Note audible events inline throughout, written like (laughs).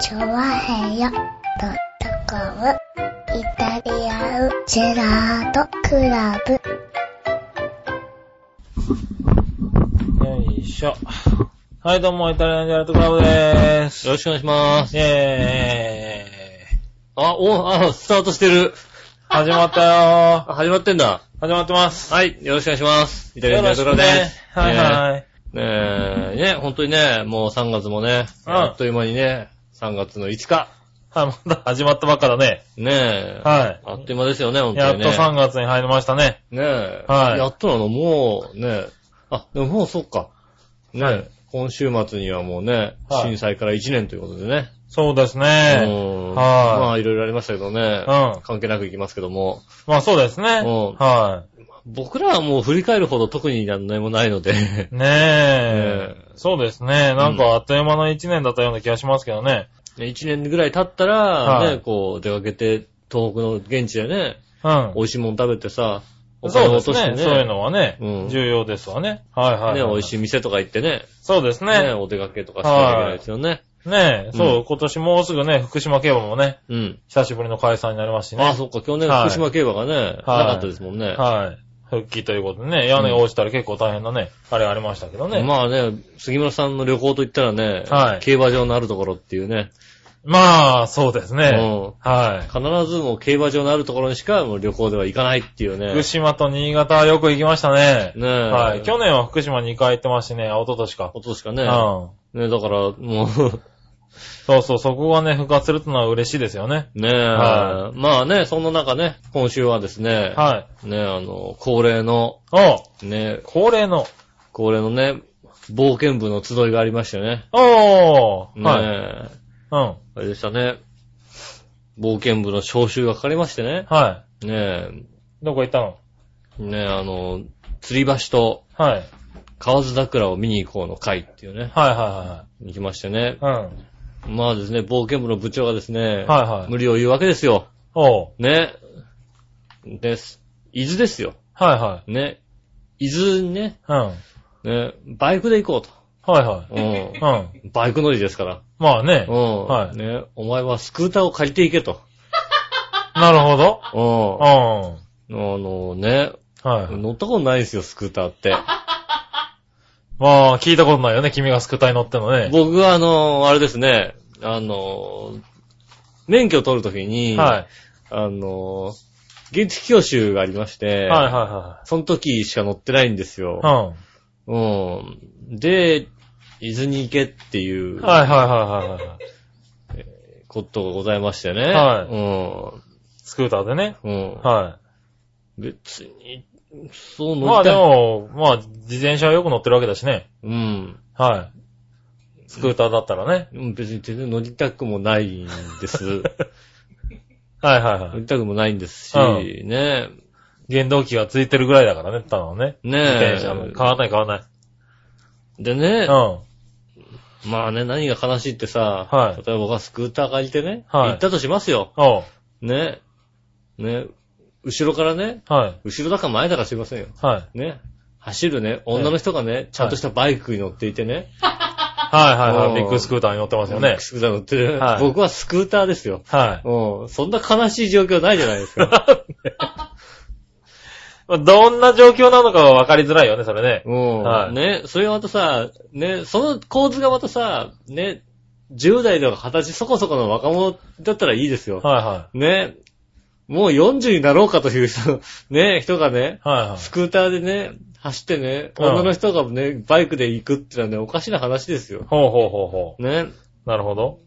チョワヘヨドットコムイタリアンジェラートクラブ。よいしょ。はい、どうも、イタリアンジャルトクラブでーす。よろしくお願いします。えあ、お、あ、スタートしてー、る。始まったよあ始まってんだ。ー。始まってます。はい、よろしくお願いします。イタリアンジャルトクラブねです。。はいはい。ねえ、ねえ、本当にね、もう3月もね、うんあっという間にね、3月の5日。はい、まだ始まったばっかだね。ねえ、はあっという間ですよね、本い。や当っにとね。 3月に入りましたね。ねえ、はいやっとなの、もう、ねえ、あ、でももうそっか。ねえ、はい今週末にはもうね、はい震災から1年ということでね。そうですうね。はいんまあ、いろいろありましたけどね、うん関係なくいきますけども。まあそうですね。うんは僕らはもう振り返るほど特に何もない (laughs) ので、い。ねえ。そうですね。なんかあっという間の1年だったような気がしますけどね。一年ぐらい経ったら、はいね、こう出かけて、東北の現地でね、うん美。味しいもの食べてさ、おそう金をで落すとしてね。ね、そういうのはねう、ん重要ですわね。はいはい。ね、美味しい店とか行ってね、そうですね、ね。お出かけとかしなきゃいけないですよね。ねえ、う、そうん今年もうすぐね、福島競馬もね、うん。久しぶりの開催になりますしね。ああ、そっか、去年はい福島競馬がね、なかったですもんね。はい。復帰ということでね、屋根が落ちたら結構大変なね、あれありましたけどね。ままあね、杉村さんの旅行といったらね、はい競馬場のあるところっていうね、あ、そうですうね。んは必ずもう競馬場のあるところにしかもう旅行では行かないっていうい。ね。福島と新潟はよく行きましたね。ねはい。去年。年は福島2回行ってますしね、あ一昨年か。おとしかうねん。。ね、だから、もう、そうそう、そこがね、復活するとのは嬉しいですよね。ねえ、はまあね、そんな中ね、今週はですね、はい。ねえ、あの、恒例の、おうね、恒例の。恒例のね、冒険部の集いがありましてね。おーねえ、はい。うん。あれでしたね。冒険部の招集がかかりましてね。はねい。どこ行ったのえ、ねえ、あの、釣り橋とはい。はい河津桜を見に行こうの会っていうね、は行きましてねいはい。はい。うん。まあですね、冒険部の部長がですね、はいはい無理を言うわけですよ。おう。ね。です。伊豆ですよ。はいはね。伊豆にね、い。うん。はいね、バイクで行こはうと。うい。うん。 (laughs) ん。バイク乗りですから。まあねう。ん。はいね、お前はスクーターを借りていけと。なるほど。うん。あうのね、ん。はい。乗ったことないですよ、スクーターって。まあ、聞いたことないよね。君がスクーターに乗ってんのね。僕はあの、あれですね、あの、免許取るときに、はあの、現地教習がありまして、い。はいはその時しか乗ってないんですよい。はい。うん。で、伊豆に行けっていううん。はいはいはいはいはい。ことがございましてね。。はいスクーターでね。うん。うん。は別に、そうい。ま乗ありたでい。も、まあ、自転車はよく乗ってるわけだしね。うん。はい。スクーターだったらね。うん別に全然乗りたくもないん (laughs) です。はいはいは乗い。りたくもないんですし、うんね原動機がついてるぐらいだからね、たのね。え。自ね転車も。え。変わらない変わらない。でねう、ん。まあね、何が悲しいってさ、はい例えば僕がスクーター借りてね、はい行ったとしますよ。おう。ねえ。ねえ。後ろからね、はい。後ろだか前だか知りませんよ。はい。ね。走るね、女の人がね、ちゃんとしたバイクに乗っていてね、はいはいはうい。んビッグスクーターに乗ってますよね。スクーター乗ってる、はい僕はスクーターですよ。はい。うん。そんな悲しい状況ないじゃないですか。まあどんな状況なのかは分かりづらいよね、それね。うん。はいね、それがまたさ、ね、その構図がまたさ、ね、10代とか20歳そこそこの若者だったらいいですよ。はいはね、もう40になろうかという人、 (laughs) ね、人がね、い。はいはい。スクーターでね、走ってね、うん女の人がね、バイクで行くってのはね、おかしな話ですよ。ほうほうほうほね。う。なるほど。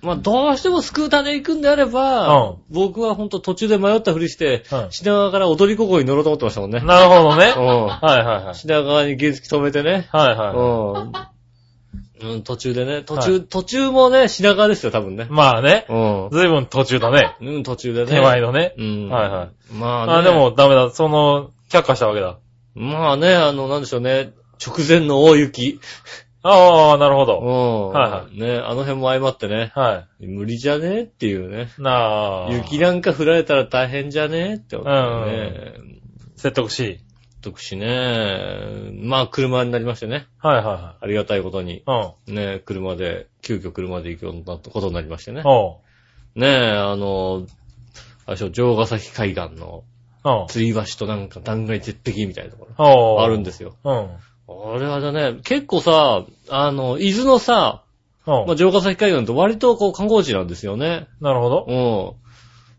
まあ、どうしてもスクーターで行くんであれば、うん僕はほんと途中で迷ったふりして、うん品川から踊り子号に乗ろうと思ってましたもんね。なるほどね。うんはいはいはい。品川に原付止めてね。はいはうんうん、途中でね、途中、途中もね、品川ですよ、多分ねい。。まあね。うんずいぶん途中だね。うん、途中でね。手前のね。うん。。はいはいまあね。あ、でもダメだ。その、却下したわけだ。まあね、あの、なんでしょうね。直前の大雪。ああ、なるほうん。ど。はいはね、あの辺も相まってね。は無理じゃねっていうね。い。なあ。雪なんか降られたら大変じゃねって思ってね。説得しい。得しね。まあ、車になりましてね。はいはありがたいことに。いはい。ね、車で、急遽車で行くようになったことになりましてねうん。。おう。ねえ、あの、あれでしょ、城ヶ崎海岸のうん。吊り橋となんか断崖絶壁みたいなとこおう。ろ。あるんですよ。うん。あれはだね、結構さ、あの、伊豆のさ、うん。まあ、城ヶ崎海岸って割とこう観光地なんですよね。なるほど。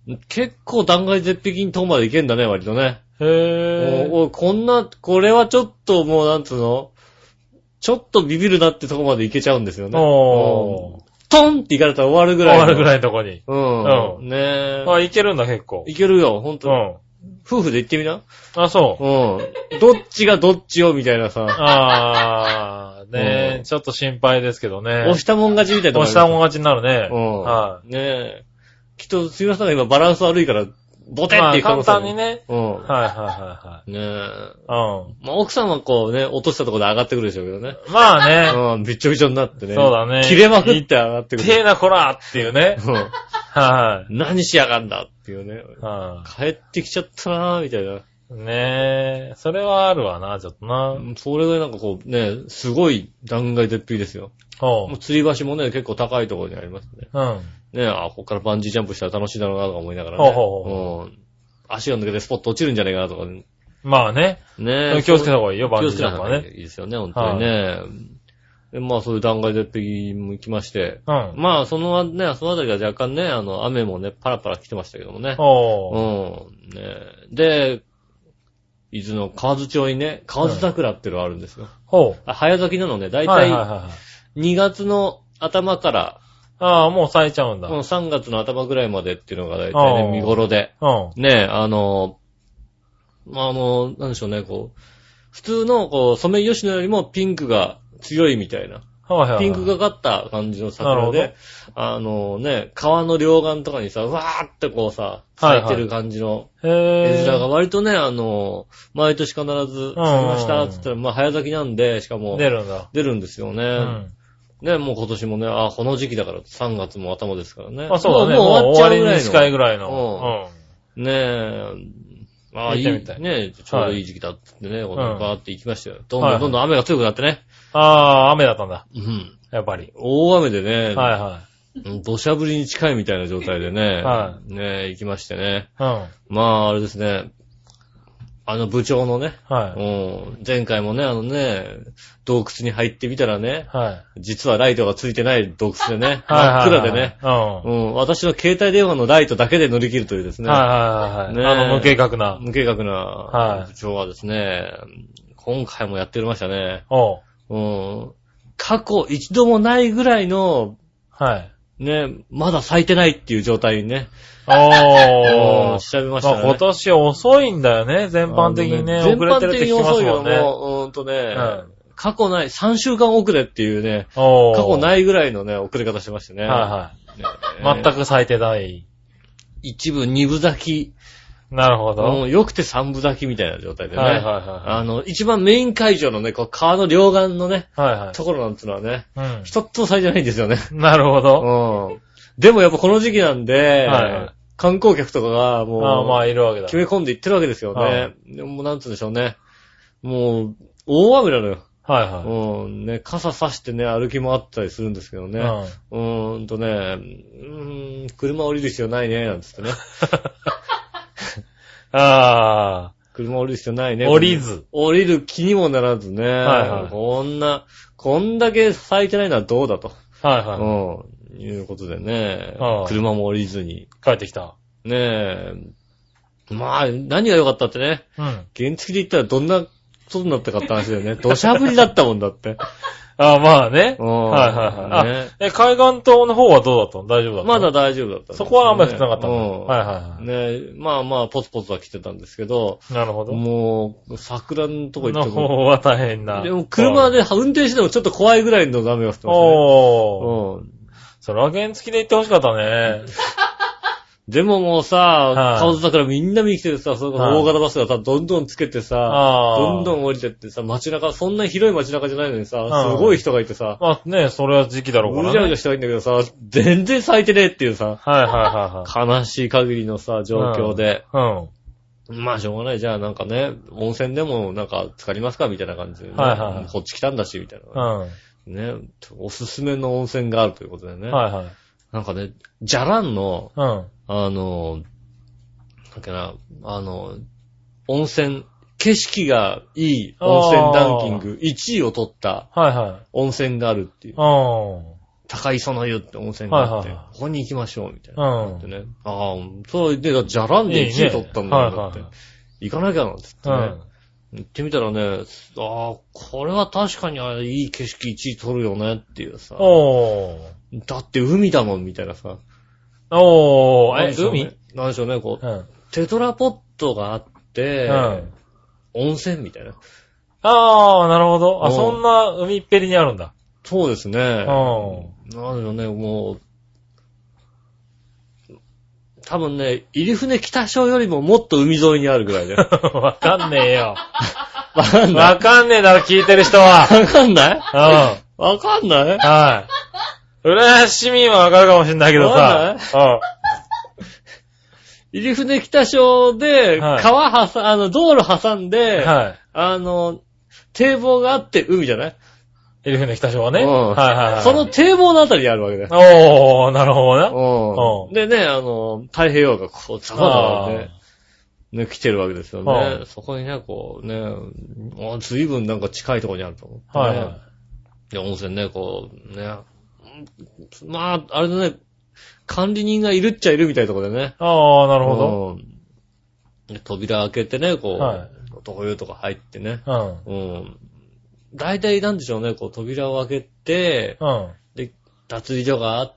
うん。結構断崖絶壁に遠まで行けんだね、割とね。へぇおおこんな、これはちょっともうなんつうのちょっとビビるなってとこまで行けちゃうんですー。よね。おうんー。トンって行かれたら終わるぐ終らいの。わるぐらいのとこに。うん。うねえ。あ、いけるんだ、結構。いけるよ、ほんうと。ん。夫婦で行ってみな。あ、そう。うん。どっちがどっちをみたいなさ、あー、ねうんえ、ちょっと心配ですけどね。押したもん勝ちみたいな。押したもんん。勝ちになるね。うん。はねえ。きっと、すみませんが今バランス悪いから、ボい。テっていう可ま能あ簡性も単に。ね。うん。はいはいはねえ。いはい。まあ、奥さんはこうね、落としたところで上がってくるでしょうけどね。うん。まあね。うん、びっちょびちょになってね。そうだね切れまくって上がってくてえる。なこらっていうね。うんは何しやがんだっていうね。い。は帰ってきちゃったなぁ、みたいな。い。ねえ。それはあるわな、ちょっとな。それがなんかこうね、すごい断崖絶壁ですよ。ほもう吊り橋もね、結構高いところにありますね。う。うん。ねあ、こっからバンジージャンプしたら楽しいだろうなとか思いながらね。ほうほううん足が抜けてスポッと落ちるんじゃないかなとかね。まあね。ね気をつけた方がいいよ、バ気ンをジつーけジャンたプ方はがいね。いですよね、本当にね。でまあそういう断崖絶壁も行きまして。うん。まあそのね、そのあたりが若干ね、あの、雨もね、パラパラ来てましたけどもね。おー。うん。ねで、伊豆の河津町にね、河津桜っていうのがあるんですよ。ほあ早咲きなのね、だう。いはたいいはいはいはい。 2月の頭から、ああ、もう咲いちゃうんだ。こうん。の3月の頭ぐらいまでっていうのが大体あね、ー見頃で。はねえ、あの、まああの、なんでしょうね、こう、普通の、こう、ソメイヨシノよりもピンクが強いみたいな。いはいはい。ピンクがかった感じの桜なるで、あのね、川の両岸とかにさ、わーってこうさ、咲いてる感じの絵へ面がぇ割とね、あの、毎年必ず咲きましたって言ったら、まあ早咲きなんで、しかもー。出るんだ。出るんですよね。うん。ね、もう今年もね、あ、この時期だから3月も頭ですからね。あ、そうだね。ももううも終わう終わっちゃうりぐらにいの。近いぐらいの。ねえ。ああ、い見い。てみたいねえ、ちょうどいい時期だっつってね、このバーって行きましたよ。どんはいはどんいどんどん雨が強くなってね。ああ、雨だったんだ。うん。やっぱり。大雨でね、はいはうん土砂降りに近いみたいな状態でね、はねえ、行きましてね。い。うん。まあ、あれですね。あの部長のね、はうい。ん、前回もね、あのね、洞窟に入ってみたらね、はい。実はライトがついてない洞窟でね、はい真っ暗でね、。うん。うん、私の携帯電話のライトだけで乗り切るというですね、はいはいはいはい。ねえあの、無計画な。無計画ない部長はですね、今回もやっておりましたね、おう。うん、過去一度もないぐらいの、はい。ね、まだ咲いてないっていう状態にね、お (laughs) うんー。調べましたまあね。今年遅いんだよね、全般的にね。あの遅れてるって聞きますもん全般的に遅いよね。もううーんとね、ん過去ない、3週間遅れっていうね、おー。。過去ないいぐらいのね、遅れ方してましてね。はねいはい。全。く咲いてない。一部二部咲き、なるほど。うんよくて三部咲きみたいな状態でね。はいはいあはの、一番メイン会場のね、こう川の両岸のね、い。はいはいところなんてのはね、。うん一つも咲いてないんですよね。なるほど。うん。でもやっぱこの時期なんで、はいはい観光客とかがもう、ああ、まあ、いるわけだ決。め込んでいってるわけですよね。でもなんつうんでしょうね。もう、大雨なのよ。はいはうん、ね、傘さしてね、歩き回ったりするんですけどい。ね。うん。うーんとね、うーん、車降りる必要ないね、なん (laughs) つってね。あ車降りる必要ないね。降りず。降りる気にもならずね。はいはいこんな、こんだけ咲いてないのはどうだと。あ、はいはい。うん。いうことでねあ、あ車も降りずに。帰ってきた。ねえ。まあ、何が良かったってね。うん。原付で言ったらどんなことになったかって話だよ (laughs) ね。土砂降りだったもんだって。ああ、まあね。うんはいはいはいね。あ、え、海岸島の方はどうだったの大丈夫だった (laughs) まのだ大丈夫だったんですよそね、こは雨降ってなかったんだ。うんはいはいはねえ、まあまあ、ポツポツは来てたんですけど、い。なるほど。もう、桜のとこ行っのても、方は大変な。でも車で運転してもちょっと怖いぐらいの雨が降ってましたね。おー。うんそれは原付きで行ってほしかったね。でももうはさ、い顔だからみんな見に来ててさ、そのはい大型バスがさ、どんどんつけてさ、ああ。どんどん。降りてってさ、街中、そんな広い街中じゃないのにさ、すごい人がいてさ、まあね、それは時期だろううからじゃうじね。ゃしたいんだけどさ、全然咲いてねえっていうさ、はいはいは悲しい限りのさ、状況で、いはい。うん。まあ、しょうがない。じゃあ、なんかね、温泉でも、なんか、浸かりますかみたいな感じで、ね。はいはいはいこっち来たんだし、みたいうん。な。はね、おすすめの温泉があるということでね。いはい。なんかね、じゃらんの、うん。あの、なんかな、あの、温泉、景色がいい温泉ランキング1位を取ったはいはい。温泉があるっていう。うん。高磯の湯って温泉があって、はいはいはここに行きましょう、みたいな。うんで。ね、ああ、そうで、じゃらんいでい1ね位取ったんだよ、はいだはいって。行かなきゃなんつってうね。ん。行ってみたらね、ああ、これは確かにあれいい景色1位取るよねっていうさ。おー。だって海だもんみたいなさ。おー。なんえで、しょうね海なんでしょうね、こうう、ん。テトラポットがあって、うん。温泉みたいな。ああ、なるほど。あ、うんそんな海っぺりにあるんだ。そうですう。ね。なんんはでしょうね、もう、多分ね、入船北省よりももっと海沿いにあるぐら (laughs) いで。わわかんねえよ。かんない。わかんねえだろ、聞いてる人は。わかんないうん。はわかんない。い浦安市民はわかるかもしんないけどわさ。うん。入船北省で、はい川挟、あの、道路挟んで、はあの、堤防があって海じゃないい。エリフの北省はね。うんはいはいはい。その、堤防のあたりにあるわけだよ。おー、なるほどな。うんでね、あの、太平洋がこう、ざわざわね、ね、来てるわけですよはね。そこにね、こうね、あずいぶんなんか近いところにあると思って、ね。はいはい。で、温泉ね、こう、ね、うんまあ、あれだね、管理人がいるっちゃいるみたいなところでね。ああ、なるほど。うんで扉開けてね、こう、は男湯とか入ってね。うん。うん。大体なんでしょうね、こう扉を開けて、うん。で、脱衣所があっ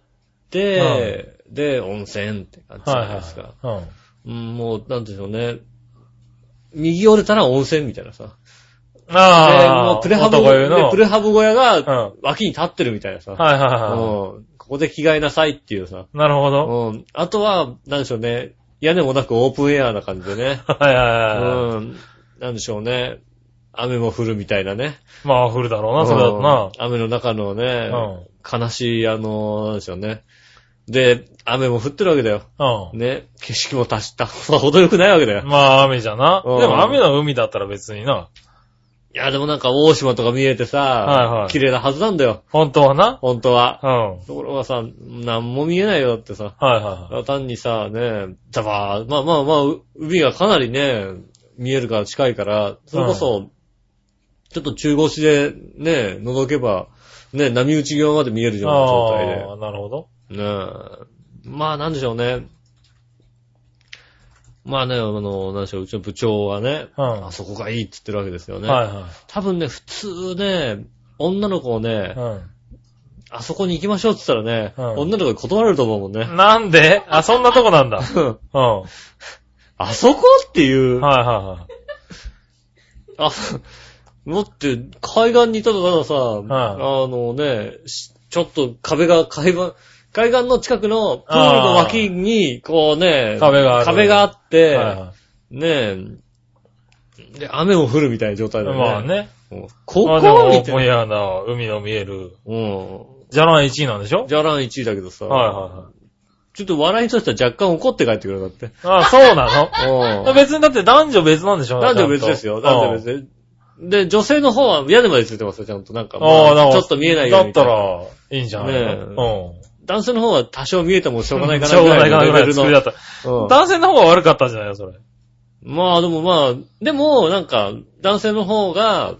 て、で、温泉って感じじゃないですか。はいはい。うん。うん、もう、なんでしょうね。右折れたら温泉みたいなさ。で、ああ、もうプレハブ、男湯での。プレハブ小屋うがん。脇に立ってるみたいなさ。はいはいはうん、ここで着替えなさいっていうさ。い。なるほど。。うん、あとは、なんでしょうね。屋根もなくオープンエアな感じでねはいはいはういはい。ん、なんでしょうね。雨も降るみたいなね。まあ、降るだろうな、それだとな。うん雨の中のね、う悲しい、あの、なんでしょうね。で、雨も降ってるわけだよ。うね、景色も足した。 (laughs) ほどよくないわけだよん。。まあ、雨じゃな。うんでも、雨の海だったら別にな。いや、でもなんか大島とか見えてさ、はいはい綺麗なはずなんだよ、本当はな。本当は。うん。はいところがさ、なんも見えないよだってさ、はいはい。単にさ、ね、ザバー、まあまあまあ、う海がかなりね、見えるから近いから、それこそ、ちょっと中腰でね、覗けば、ね、波打ち際まで見えるような状態でああ、なるほど。。ねえまあなんでしょうね。まあね、あの、なんでしょう、うちの部長はね、うん。あはそこがいいって言ってるわけですよいね。は多分ね、普通ね、女の子をねい。、うあそこに行きましょうって言ったらね、うん女の子に断られると思うもんね。ん。なんであ、そんなとこ (laughs) なんだ。うん。はあそこってい、いうはいはあ、もって、海岸にいたとたださ、あのね、しちょっと壁が、海岸、海岸の近くのプールの脇に、こうね、壁があるがあっい。はて、いはねえ、で、雨も降るみたいな状態い。だよね。まあ。ね。こまあでこも、オみープたンいエな。アな海の見える。うじゃらん1位なんでしょん。じゃらん1位だけどさ、はいはちょっと笑いとしては若干怒って帰ってくるんだって。いはい。ああ、 (laughs) そうなのうん。別にだって男女別なんでしょ男女別ですよ。男女別で。で。で、女性の方は屋根までついてますよ、ちゃんと。なんか、あまあ、だかあらちょっと見えないようだっに。た。ら、いいんじゃないねえのうん。男性の方は多少見えてもしょうがないかなしょうがないかなぐぐららいいのの作りレベルだのった。うん男性の方が悪かったんじゃないよ、それ。まあ、でもまあ、でも、なんか、男性の方が、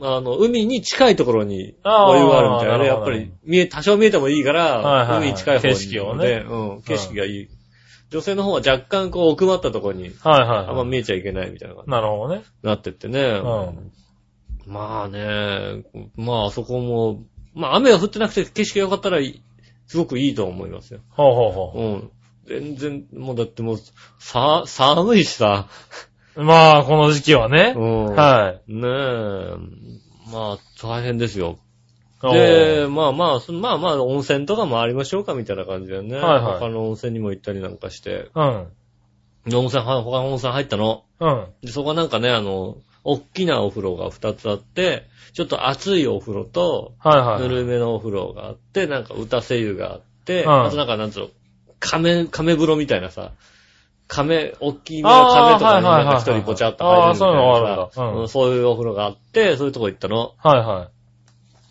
あの、海に近いところに、あーお湯があるみたいななね。るやっほぱどり、見え、多少見えてもいいかはいはいら、はい海に近い方に。景色をねうん、景色がいい。女性の方は若干こう奥まったところに、はいはい。あんま見えちゃいけないみたいな感じなるほどね。になってってね。うん。まあね、まああそこも、まあ雨が降ってなくて景色が良かったらいい、すごくいいと思いますよ。ほうほうほうん。全然、もうだってもう、さ、寒いしさ。う。まあ、この時期はねう。ん。。(laughs) はいねえ、まあ大変ですよ。い。で、まあまあ、そまあまあ温泉とかもありましょうかみたいな感じだよね。はいはい他の温泉にも行ったりなんかして。おーで温泉、は他の温泉入ったの。うん。うん。で、そこはなんかね、あの、大きなお風呂が2つあって、ちょっと熱いお風呂と、はいはい。ぬるめのお風呂があって、なんか歌せ湯があって、うんあとなんかなんつうの、亀、亀風呂みたいなさ、亀、大きいあなー亀とかにはいはいなはいんはいか一人ぽちゃっと入れるみたいあなーさそういうのがあるんだうんうんそういうお風呂があって、そういうとこ行ったの。はいは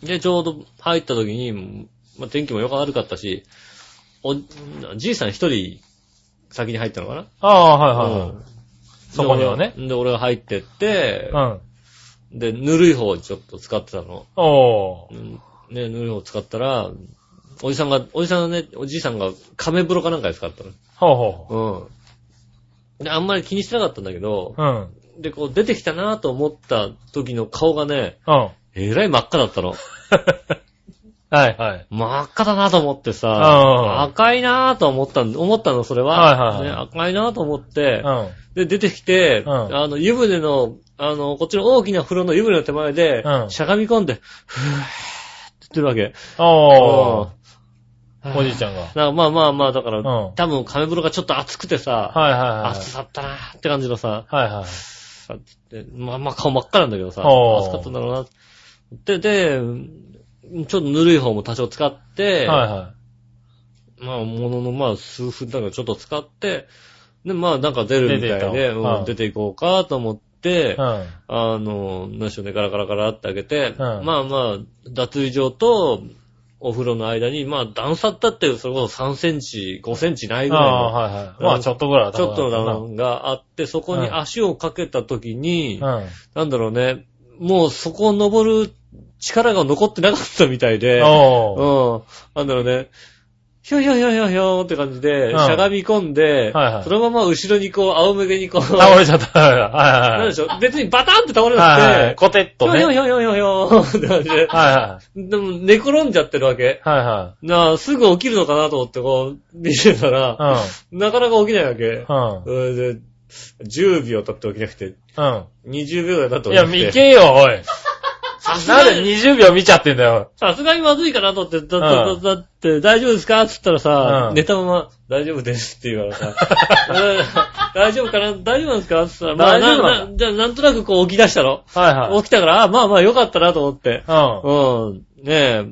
で、ちょうど入った時に、まあ、天気もよく悪かったし、お、じいさん一人先に入ったのかな、い。ああ、はいはいはい。うんそこにはねで、俺で俺が入ってって、うん。で、ぬるい方をちょっと使ってたの。おー。うんね、ぬるい方を使ったら、おじさんが、おじさんのね、おじいさんが亀風呂かなんかで使ったほうほの。うん。で、あんまり気にしてなかったんだけどう、ほう。うん。で、こう出てきたなと思った時の顔がね、うん。 (laughs) はえらい真っ赤だったの。いはい。真っ赤だなと思ってうんさ、赤いなと思ったん、思ったの、それは。はいはいはいね赤いなと思っうてん。、うん。で、出てきて、うんあの、湯船の、あの、こっちの大きな風呂の湯船の手前で、うんしゃがみ込んで、ふぅーって言ってるわけ。おー。うんおじいちゃんが。なんかまあまあまあ、だから、うん多分亀風呂がちょっと熱くてさ、はいはいはい熱。かったなって感じのさ、はいはい。さでまあまあ顔真っ赤なんだけどさ、おー暑かったんだろうな。で、で、ちょっとぬるい方も多少使っはいて、はまあ、もののまあ数分だからちょっと使って、で、まあなんか出るみた出いてで、いったうんうん出ていこうかと思って、い。うん。あの、何でしょうね、ガラガラガラって開けて、んまあまあ、脱衣場とお風呂の間に、まあ段差だって、それこそ3センチ、5センチないぐあらいあ、の、はいはい。まあ、ちょっとぐらいはちょっとのな。段があって、そこに足をかけた時うに、ん。なんだろうね、もうそこを登る力が残ってなかったみたいで、おー。うん。なんだろうね。ひょひょひょひょひょって感じで、うんしゃがみ込んで、はいはいそのまま後ろにこう、仰向けにこう、倒れちゃった。はいなはんいでしょう、別にバタンって倒れなくて、はいはい。コテッとね。ひょはいひょひょひょひょって感じで、はでも寝転んじゃってるわけ。い。はいはなあ、すぐ起きるのかなと思ってこう、見てたら、い。なかなか起きないわけ。うん。それで、10秒経って起きなくて、うん。 20秒経ってうん。い起きなや、くて。見けよ、おい。さすながんでに、 20秒見ちゃってんだよ。さすがにまずいかなと思って、だうだんだだって、大丈夫ですかって言ったらさ、うん寝たまま、大丈夫ですって言うからさ、うん大丈夫かな大丈夫なんですかって言ったら、まあ、大丈夫なな、な、じゃあなんとなくこう起き出したの。はいはい。起きたから、あまあまあよかったなと思って。うん。はうん。ねえ。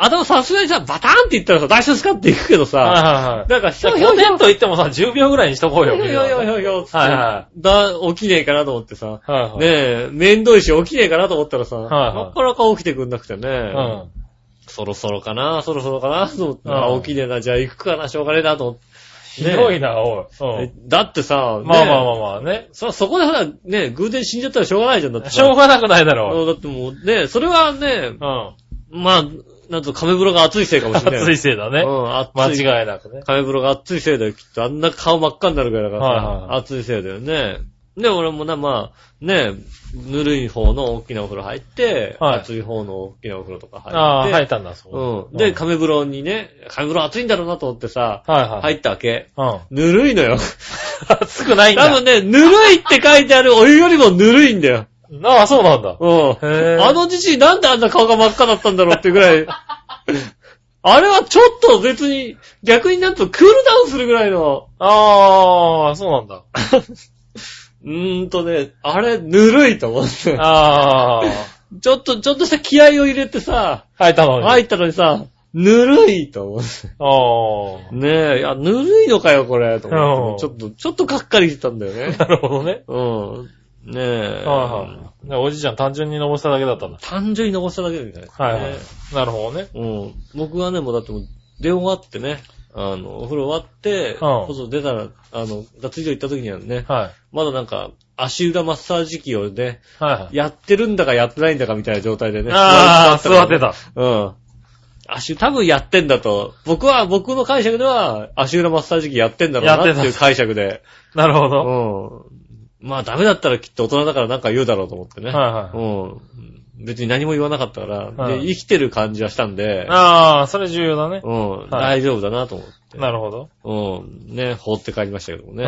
頭さすがにさ、バタンって言ったらさ、大丈夫ですかって行くけいどはいさ、はい。なんか、ひょコひょひょテンと言ってもさ、10秒ぐらいにしとこうよ。ひょひょひょひょひょっつって、はいはだ、起きねえかなと思ってさ、はいはい。ねえ、めんどいし起きねえかなと思ったらさ、はいはいなかなか起きてくんなくてね、うん。そろそろかな、そろそろかな、と思って、うんあ、起きねえな、じゃあ行くかな、しょうがねえな、と思って。ひどいな、おい。うえん。だってさ、まあまあまあ。あまあね。そ、そこでほら、ね、偶然死んじゃったらしょうがないじゃん、だってさ。しょうがなくないだろうんだってもう、ね、それはねう。、うん。まあ、なんと亀風呂が熱いせいかもしれない。熱いせいだうね。ん、熱い。間違いなくね。亀風呂が熱いせいだよ、きっと。あんな顔真っ赤になるぐらいだからはいはいさ、はい熱いせいだよね。で、俺もな、まあ、ね、ぬるい方の大きなお風呂入って、はい熱い方の大きなお風呂とか入って、ああ、生えたんだ、そうう。ん。で、亀風呂にね、亀風呂暑いんだろうなと思ってさ、はいはい。入ったわけ。うん。ぬるいのよ。 (laughs) 熱くないんだ。多分ね、ぬるいって書いてあるお湯よりもぬるいんだよ。ああ、そうなんだ。うへん。ーあのじじいなんであんな顔が真っ赤だったんだろうってぐらい。 (laughs) あれはちょっと別に、逆になんとクールダウンするぐらいの、ああ、そうなん (laughs) だ。うーんとね、あれ、ぬるいと思って。ああ、ちょっと、ちょっとした気合を入れてさ、生えたのに。入ったのにさ、ぬるいと思って。あねえ、いや、ぬるいのかよ、これ、と思って。うちょっと、ちょっとがっかりしてたんだよね (laughs) あ。。なるほどね。うん。ねはいえ。はい。でおじいちゃん単純に登しただけだったんだ。単純に残しただけみたいな。はいはねい。なるほどね。うん。僕はね、もうだってもう出終わってね、あの、お風呂終わって、こそ出たら、あの、脱衣所行った時にはね、はい。まだなんか、足裏マッサージ機をね、はいはい。やってるんだかやってないんだかみたいな状態でね。ああ、座ってた。た。うん。足、多分やってんだと。僕は、僕の解釈では、足裏マッサージ機やってんだろうなってやいってう解釈で。なるほうど。ん。まあダメだったらきっと大人だからなんか言うだろうと思ってはね。いはうん。別に何も言わなかったから、はいで生きてる感じはしたんで、ああ、それ重要だね。うん、はい大丈夫だなと思なるほど。って。うん。ね、放って帰りましたけどもね。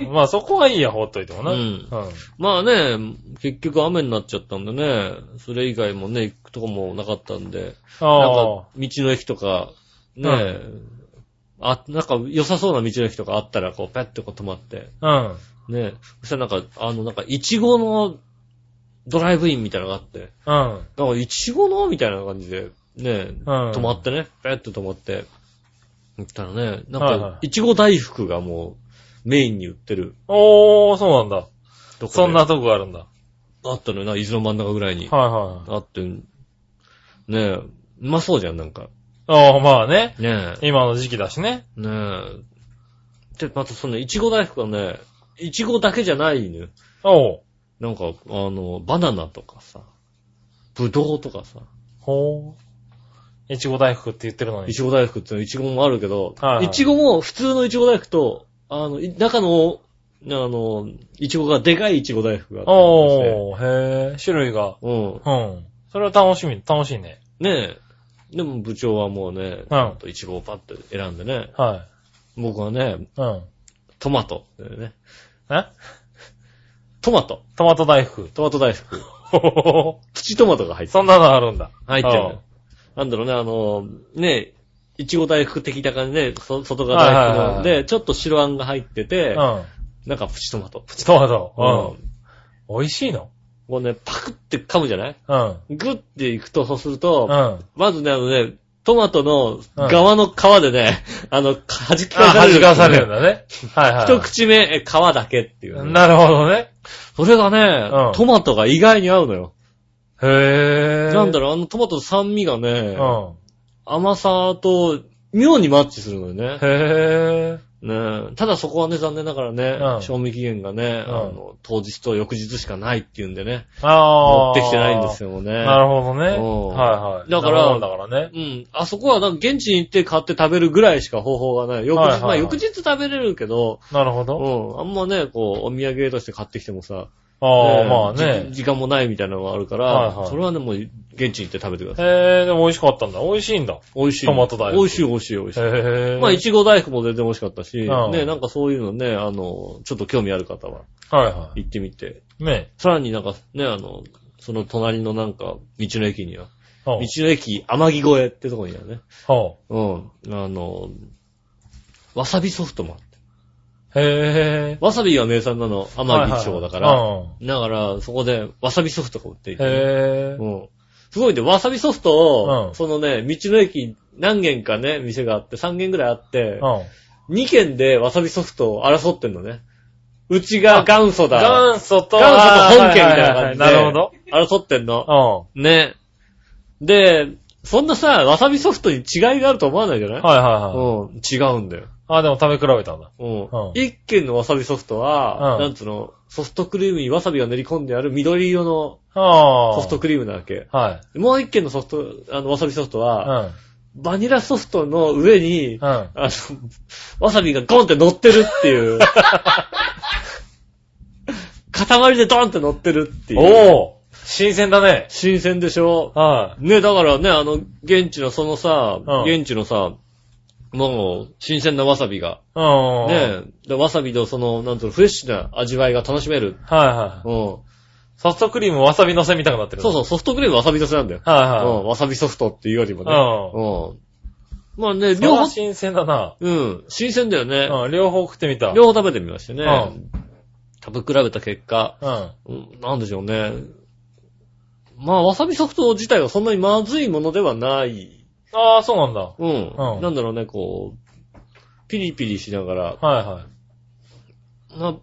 うん。まあそこはいいや、放っといてもな。ううんん。まあね、結局雨になっちゃったんでね、それ以外もね、行くとこもなかったんで、なんかああ道。の駅とか、ね、うあ、なんか良さそうな道の駅とかあったら、こう、ペッてこう止まって、うん。ね、そしたらなんか、あの、なんか、いちごのドライブインみたいなのがあって、うん。なんか、いちごのみたいな感じで、ね、うん止まってね、ペッと止まって、行ったらね、なんはいはか、いちご大福がもう、メインに売ってるおー、そうなんだ。とこでそんなとこがあるんだ。はいあったのよな、伊豆の真ん中ぐらいに。はい。あって、ねえ、うまそうじゃん、なんか。ああ、まあね。ねえ、今の時期だしね。ねえ。で、またその、いちご大福はね、いちごだけじゃないのよ。おう。なんか、あの、バナナとかさ、ぶどうとかさ、ほう。いちご大福って言ってるのにい。ちご大福っていうのいちごもあるけどはい、はいいちごも普通のいちご大福と、あの、い中の、あの、いちごがでかいいちご大福があったりとかしておー、へえ、種類が。うん。うん。それは楽しみ、楽しいね。ねえ。でも部長はもうね、うんちゃんとイチゴをパッと選んでね、は僕はね、い。うん。トマトだよね。えトマト。トマト大福。 (laughs) トマト大福。ほほほプチトマトが入ってる。そんなのあるんだ。入ってうんる。なんだろうね、あの、ねえ、いちご大福的な感じで、そ外が大福はいはいなはんいはで、ちょっと白あんが入ってて、うん。なんかプチトマト。プチトマト。ん。うん。美味しいのもうね、パクって噛むじゃないうん。グッていくと、そうするうとん。、あ、まずね、あのね、トマトの側の皮でね、 (laughs) あの、弾き返され弾る。き返されるんだね。はいはい。一口目、え皮だけっていうね、なるほどね。それがね、うんトマトが意外に合うのよ。へえ。なんだろろう、あのトマトの酸味がね、う。甘さと妙にマッチするのよねうん。。へえ。ねえただそこはね、残念ながらね、うん賞味期限がね、うんあの、当日と翌日しかないっていうんでね、ああ。持ってきてないんですよ。よもうね。なるほどね。うんはいはい。だからなるほどだからね。うん。あそこは、なんか現地に行って買って食べるぐらいしか方法がない。翌日、はいはいはいまあ翌日食べれるけど、なるほうど。ん。あんまね、こう、お土産として買ってきてもさ、あえあ、まあじね。時間もないみたいなのがあるから、はいはいそれはね、もう、現地に行って食べてください。へえ、でも美味しかったんだ。美味しいんだ。美味しい。トマト大福美味しい、美味しい、美味しい。へえ。まあ、いちご大福も全然美味しかったし、うんね、なんかそういうのね、あの、ちょっと興味ある方ははいは行ってみて。い。ねさらになんか、ね、あの、その隣のなんか、道の駅には、ほう道の駅天城越えってとこにはね、ほうん、あの、わさびソフトもあって。う。へえ。わさびが名産なの、天城町だから、はだから、そこでわさびソフトが売っていいて、はいうんへえ。うん。すごいね、わさびソフトを、うんそのね、道の駅何軒かね、店があって、3軒ぐらいあって、うん。 2軒でわさびソフトを争ってんのね。うちが元祖だ。元祖と、元祖と本家みたいなは感いじで。はいはいなるほど。争ってんの。ど。ね。で、そんなさ、わさびソフトに違いがあると思わないじゃない、うん。はいはいはい。うん、違うんだよ。あ、でも食べ比べたんだ。うんうん。一軒のわさびソフトは、うんなんつうの、ソフトクリームにわさびが練り込んである緑色のああ。ソフトクリームなわけ。はい。もう一軒のソフト、あの、わさびソフトうん。は、バニラソフトの上に、うあん。の、わさびがゴンって乗ってるっ (laughs) ていう。塊でドンって乗ってるっていう。おー新鮮だね。新鮮でしょはね、だからね、あの、現地のそのさ、うん現地のさ、もう、新鮮なわさびが、い。うん。ねえ、でわさびのその、なんとフレッシュな味わいが楽しめる。はいはうい。ん。ソフトクリームわさび乗せみたくなってる。そうそう、ソフトクリームわさび乗せなんだよ。はいうはん、わさびソフトっていうよりもい。ね。ううん。まあね、ん。両両方方、新鮮だな。うん、新鮮だよね。うん。両方食ってみた。両方食べてみましてね。うん食べ比べた結果、うん。うんなんでしょうね。まあ、わさびソフト自体はそんなにまずいものではない。ああ、そうなんだ。はうん。うんなんだろうね、こう、ピリピリしながら、いはい。な、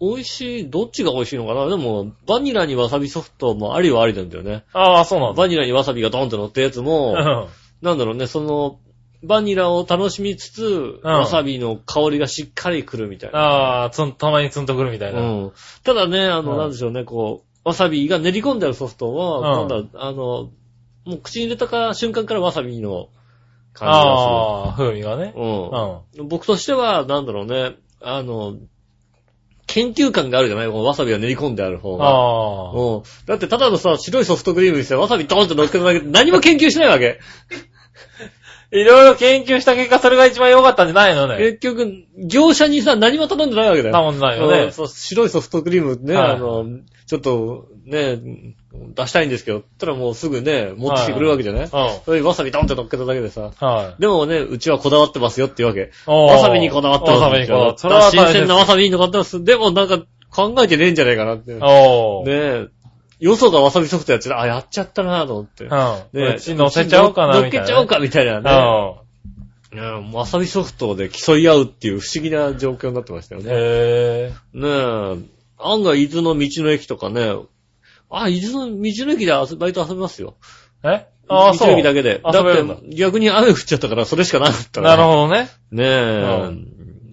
美味しい、どっちが美味しいのかなでも、バニラにわさびソフトもありはありなんだよね。ああ、そうなんだ。バニラにわさびがドンと乗ったやつう (laughs) も、ん。なんだろうね、その、バニラを楽しみつつ、わさびの香りがしっかり来るみたいな。ああ、つん、たまにツンとくるみたいな。うん。ただね、あうの、んなんでしょうね、こう、わさびが練り込んであるソフトは、うん今度は、あの、もう口に入れたか瞬間からわさびの感じがああ、風味がねす。る。うん。うはん。僕としては、なんだろうね、あの、研究感があるじゃないこのわさびが練り込んである方が。ああ。うん。だってただのさ、白いソフトクリームにしてわさびドーンって乗っけただけで何も研究しないわけ。いろいろ研究した結果、それが一番良かったんじゃないのね。結局、業者にさ、何も頼んでないわけだよ。なもんないようんね。そう白いソフトクリームね、はいあの、ちょっと、ね、出したいんですけど、ったらもうすぐね、持ってきてくれるわけじゃない、うそれにわさびドンって乗っけただけでさ。ん。はい。でもね、うちはこだわってますよっていうわけ。おーわさびにこだわってますわさびにこだわって新鮮なわさびにこだわってます。でもなんか考えてねえんじゃないかなって。ねおー。え。よそがわさびソフトやってたら、あ、やっちゃったなぁと思って。うん。ねえうち乗せちゃおうかな、乗っみたいな。けちゃおうかみたいなね。うねえ、わさびソフトで競い合うっていう不思議な状況になってましたよね。へねえ、案外伊豆の道の駅とかね、あ、伊豆の道の駅で遊びバイト遊びますよ。ぇー。えああ、道そう。の駅だけで。だ遊べるんだって逆に雨降っちゃったからそれしかなかったなるほどほね。ど。ね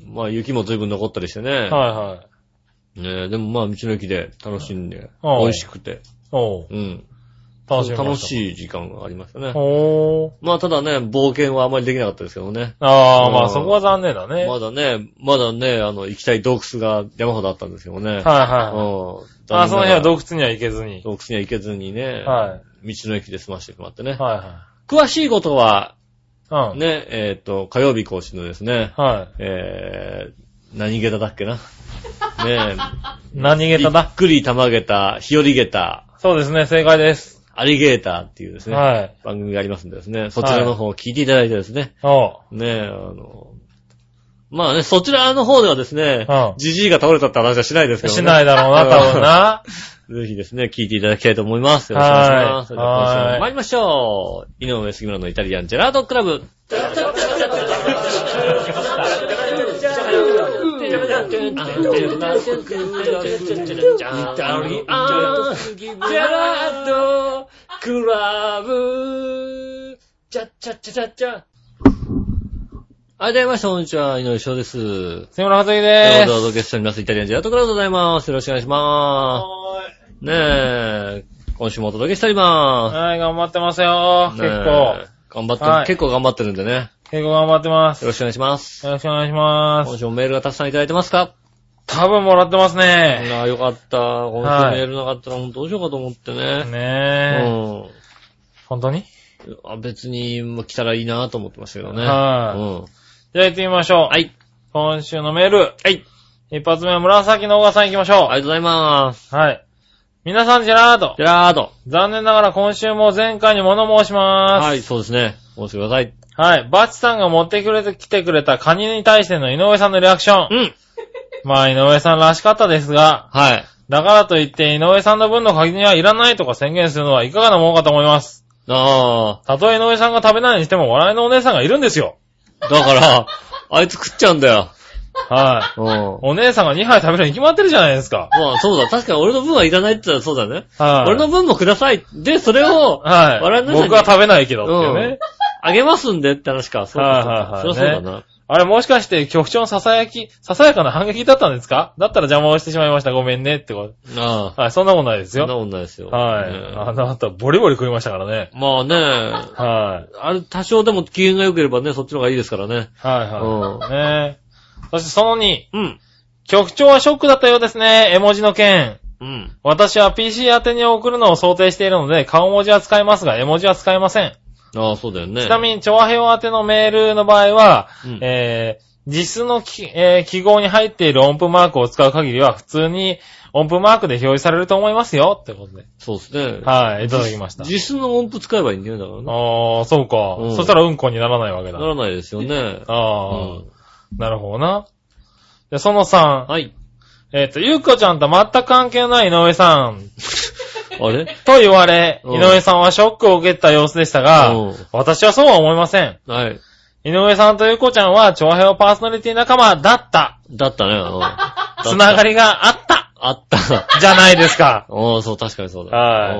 え、うまあ雪も随分残ったりしてね。はいはい。ねえ、でもまあ道の駅で楽しんで、うん美味しくて、おううん。楽しみました。楽い。しい時間がありましたね。おー。まあただね、冒険はあまりできなかったですけどね。ああ、まうあんそこは残念だね。はまいだね、まだね、あの、行きたい洞窟が山ほどあったんですけどね。はいはい。うん。ああ、その日は洞洞窟には行けずに。窟には行けずにね、は道の駅で済ましてしまってい。。ねは詳しいことは、いはい。うん。ね、えっ、と、火曜日更新のですね、はえー、何下駄だっ (laughs) けな。ねい。何え、ゲびタだっくり玉下駄、日和下駄、そうですね、正解です。アリゲーターっていうですね、はい。番組がありますんでですね、そちらの方を聞いていただいてですね、おねえ、あの、まあね、そちらの方ではですねうん、じじいが倒れたって話はしないですけう。どね。しないだろうな、多分 (laughs) な。ぜひですね、聞いていただきたいと思います。よろしくお願いします。それでは今週はもい参りましょう。井上杉村のイタリアンジェラートクラブ。クラブ。チャッチャッチャチャッチャ。はい、どうもみなさん、こんにちは。井上翔です。というこ杉村はずきでとで、す。お届けしております。イタリアンジェラートクラブでございます。よろしくお願いします。ねえ、今週もお届けしておりまはい、頑張ってますよす。。結ねえ構。。頑張って、はい結構頑張ってるんでね。結構頑張ってます。よよろしくお願いします。ろしくお願いしま今す。週もメールがたくさんいただいてますか多分もらってますあね。あ、よかった。今週はいメールなかったらもうどうしようかと思ってね。ねえ。う本当にんあ。別に、まあ来たらいいなと思ってましたけどね。はいうんじゃあ行ってみましょう。はい。今週のメール。はい。一発目は紫の小川さん行きましょう。ありがとうございます。はい。皆さん、ジェラードジ。ェラード。残念ながら今週も前回に物申します。ははい。い、そうですね。お待ちください。バチさんが持ってくれてきてくれたカニに対しての井上さんのリアクション。うん。まあ、井上さんらしかったですが、はい。だからといって井上さんの分のカニはいらないとか宣言するのはいかがなものかと思います。あたとえ井上さんが食べないにしても笑いのお姉さんがいるんですよ。あ、だから、 (laughs) あいつ食っちゃうんだよ。はい。うん。まお姉さんが2杯食べるに決まってるじゃないですか。あ、そうだ。確かに俺の分はいらないって言ったらそうだね。はい。俺の分もください。で、それを、はい。笑いのお姉さんに僕は食べないけどっていうね。あげますんでって話か。そうかはいはいはいそうかそりゃそうだな。あれもしかして局長のささやき、ささやかな反撃だったんですかだったら邪魔をしてしまいました。ごめんねってこあと。あ。はい、そんなことないですそんなよ。もんないですよ。はい。あの後、ボリボリ食いましたからね。ねまあね、はい。あれ多少でも機嫌が良ければね、そっちの方がいいですからね。はいはい。ねえ。そしてその2、うん。局長はショックだったようですね。絵文字の件。うん。私は PC 宛てに送るのを想定しているので、顔文字は使えますが、絵文字は使えません。ああ、そうだよね。ちなみに、調和平和宛てのメールの場合は、うんえー、実のき、えー記号に入っている音符マークを使う限りは、普通に音符マークで表示されると思いますよ、ってことで。そうですね。はい、いただきました。実の音符使えばいいんだよ、だからね。あー、そうか、うんそしたらうんこにならないわけだ。ならないですよね。うあー、ん。なるほどな。で、その3、はい。えっ、と、ゆうこちゃんと全く関係ない井上さん、あれと言われ、う井ん上さんはショックを受けた様子でしたがうん、私はそうは思いません。はい。井上さんとゆうこちゃんは、長平和パーソナリティ仲間だった。だったね。 (laughs) うんつながり。りがあったあった。。じゃないですかうん、そう、確かにそうだ。はいい。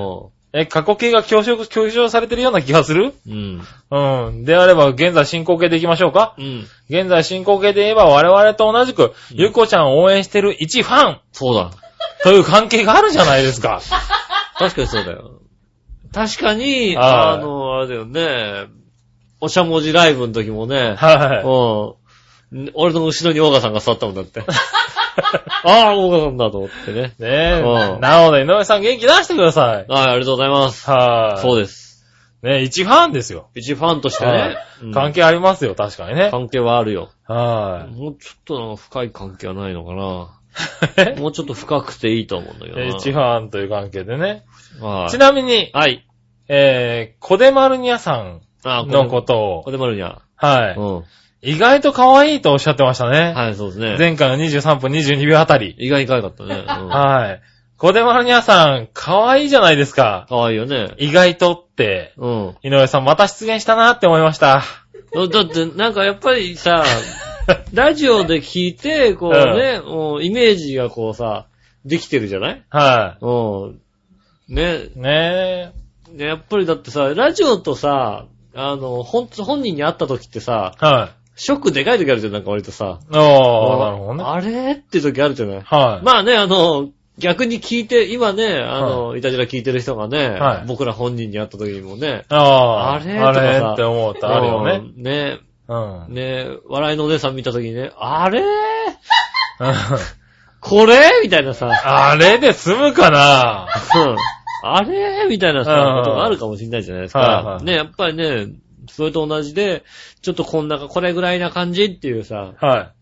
え、過去形が強調、強調されてるような気がするうん。うん。であれば、現在進行形でいきましょうか。うん。現在進行形で言えば、我々と同じく、ゆうこちゃんを応援してる一ファンそうだ。という関係があるじゃないです (laughs) か。確かにそうだよ。確かはに、いあの、あれだよね、おしゃもじライブの時もね、はうん俺の後ろにオーガさんが座ったもん (laughs) だって。ああ、オーガさんだと思ってね。い。ねうえ。んなので、井上さん元気出してください。はい、ありがとうございます。はい。そううです。ね一ファンですよ。一ファンとしてはねい、うん関係ありますよ、確かにね。関係はあるよ。はい。もうちょっとなんか深い関係はないのか (laughs) な。もうちょっと深くていいと思うんだけどな。一ファンという関係でね。はいちなみに、はい。えー、コデマルニアさんあのことをこ、れまるにゃ。はうい。ん。意外と可愛いとおっしゃってましたね。はい、そうですね。前回の23分22秒あたり。意外に可愛かったね。うんはい。コデマルニアさん、可愛いじゃないですか。可愛いよね。意外とって、うん。井上さんまた出現したなって思いました。 (laughs) だだって、なんかやっぱり (laughs) さ、ラジオで聞いて、こうね、もうイメージがこうさ、できてるじゃないはうん。ね、い。ねねやっぱりだってさ、ラジオとさ、あの、ほん、本人に会った時ってさ、え。はショックでかい時あるじゃん、なんか割とさ。い。おー、なるほどね。あれって時あるじゃないはい。まあね、あの、逆に聞いて、今ね、あの、い、たじら聞いてる人がね、はい僕ら本人に会った時にもね、ああれー、あとかれさって思った。あるよね。うん。ね、うん。 (laughs) ね、笑いのお姉さん見た時にね、あれうんこれみたいなさ、あれで済むかなうんあれみたいなうんさ、ことがあるかもしれないじゃないですはいはか。いね、やっぱりね、それと同じで、ちょっとこんな、これぐらいな感じっていうさ、は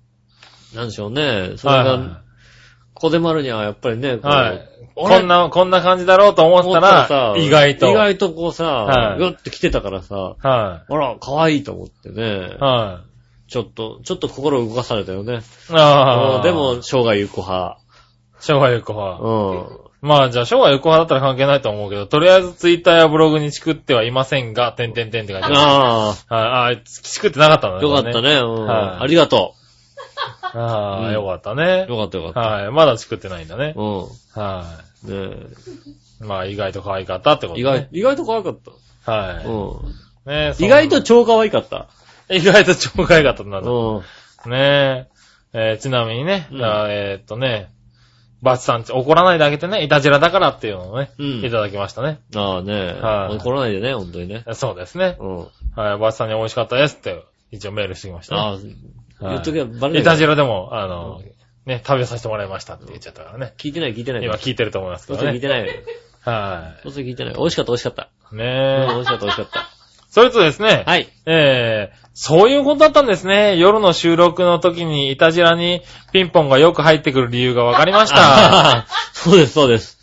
なんでしょうね。い。それがは、コデマルにはやっぱりね、い。こうはい。あれこんな、こんな感じだろうと思ったら、意外と。意外とこうさは、いぐって来てたからさ、はあら、可愛いと思ってねい。。はちょっと、ちょっと心動かされたよね。い。あうんあ。でも、、生涯有効派。昭和横浜。 (laughs) うまあ、じゃあ、昭和横浜だったら関係ないと思うけど、とりあえずツイッターやブログにチクってはいませんが、てんてんてんって書いてん。ある。あはい。あー、チクってなかったんあ、だよかった。ね。うんはいありがとあうあ、んよかったねう。。よかったよかった。はい。まだチクってないんだね。うん。はねい。まあ、意外と可愛かったってことね。え意外、意外と可愛かった。うはん。い。ねそん意外と超可愛かった。意外と超可愛かったんだうと。ん。ねえ。えーちなみにね、うんだからえーっとね、バチさんち怒らないであげてね、いたじらだからっていうのをね、うんいただきましたね。ああねはい怒らないでね、本当にね。そうですね。うん。はい、バチさんに美味しかったですって、一応メールしてきましたね。ああ、言っとけばバレないいたじらでも、あの、ね、食べさせてもらいましたって言っちゃったからね。聞いてない聞いてない。今聞いてると思いますけどうどせ聞いね。てないよ。はどうせ聞いてない。美味しかった美味しかった。い。うんね美え。味しかった美味しかっそれとですね、た。はい。ええそういうことだったんですね。夜の収録の時に、いたじらにピンポンがよく入ってくる理由が分かりました。あー (laughs) そうです、そうです。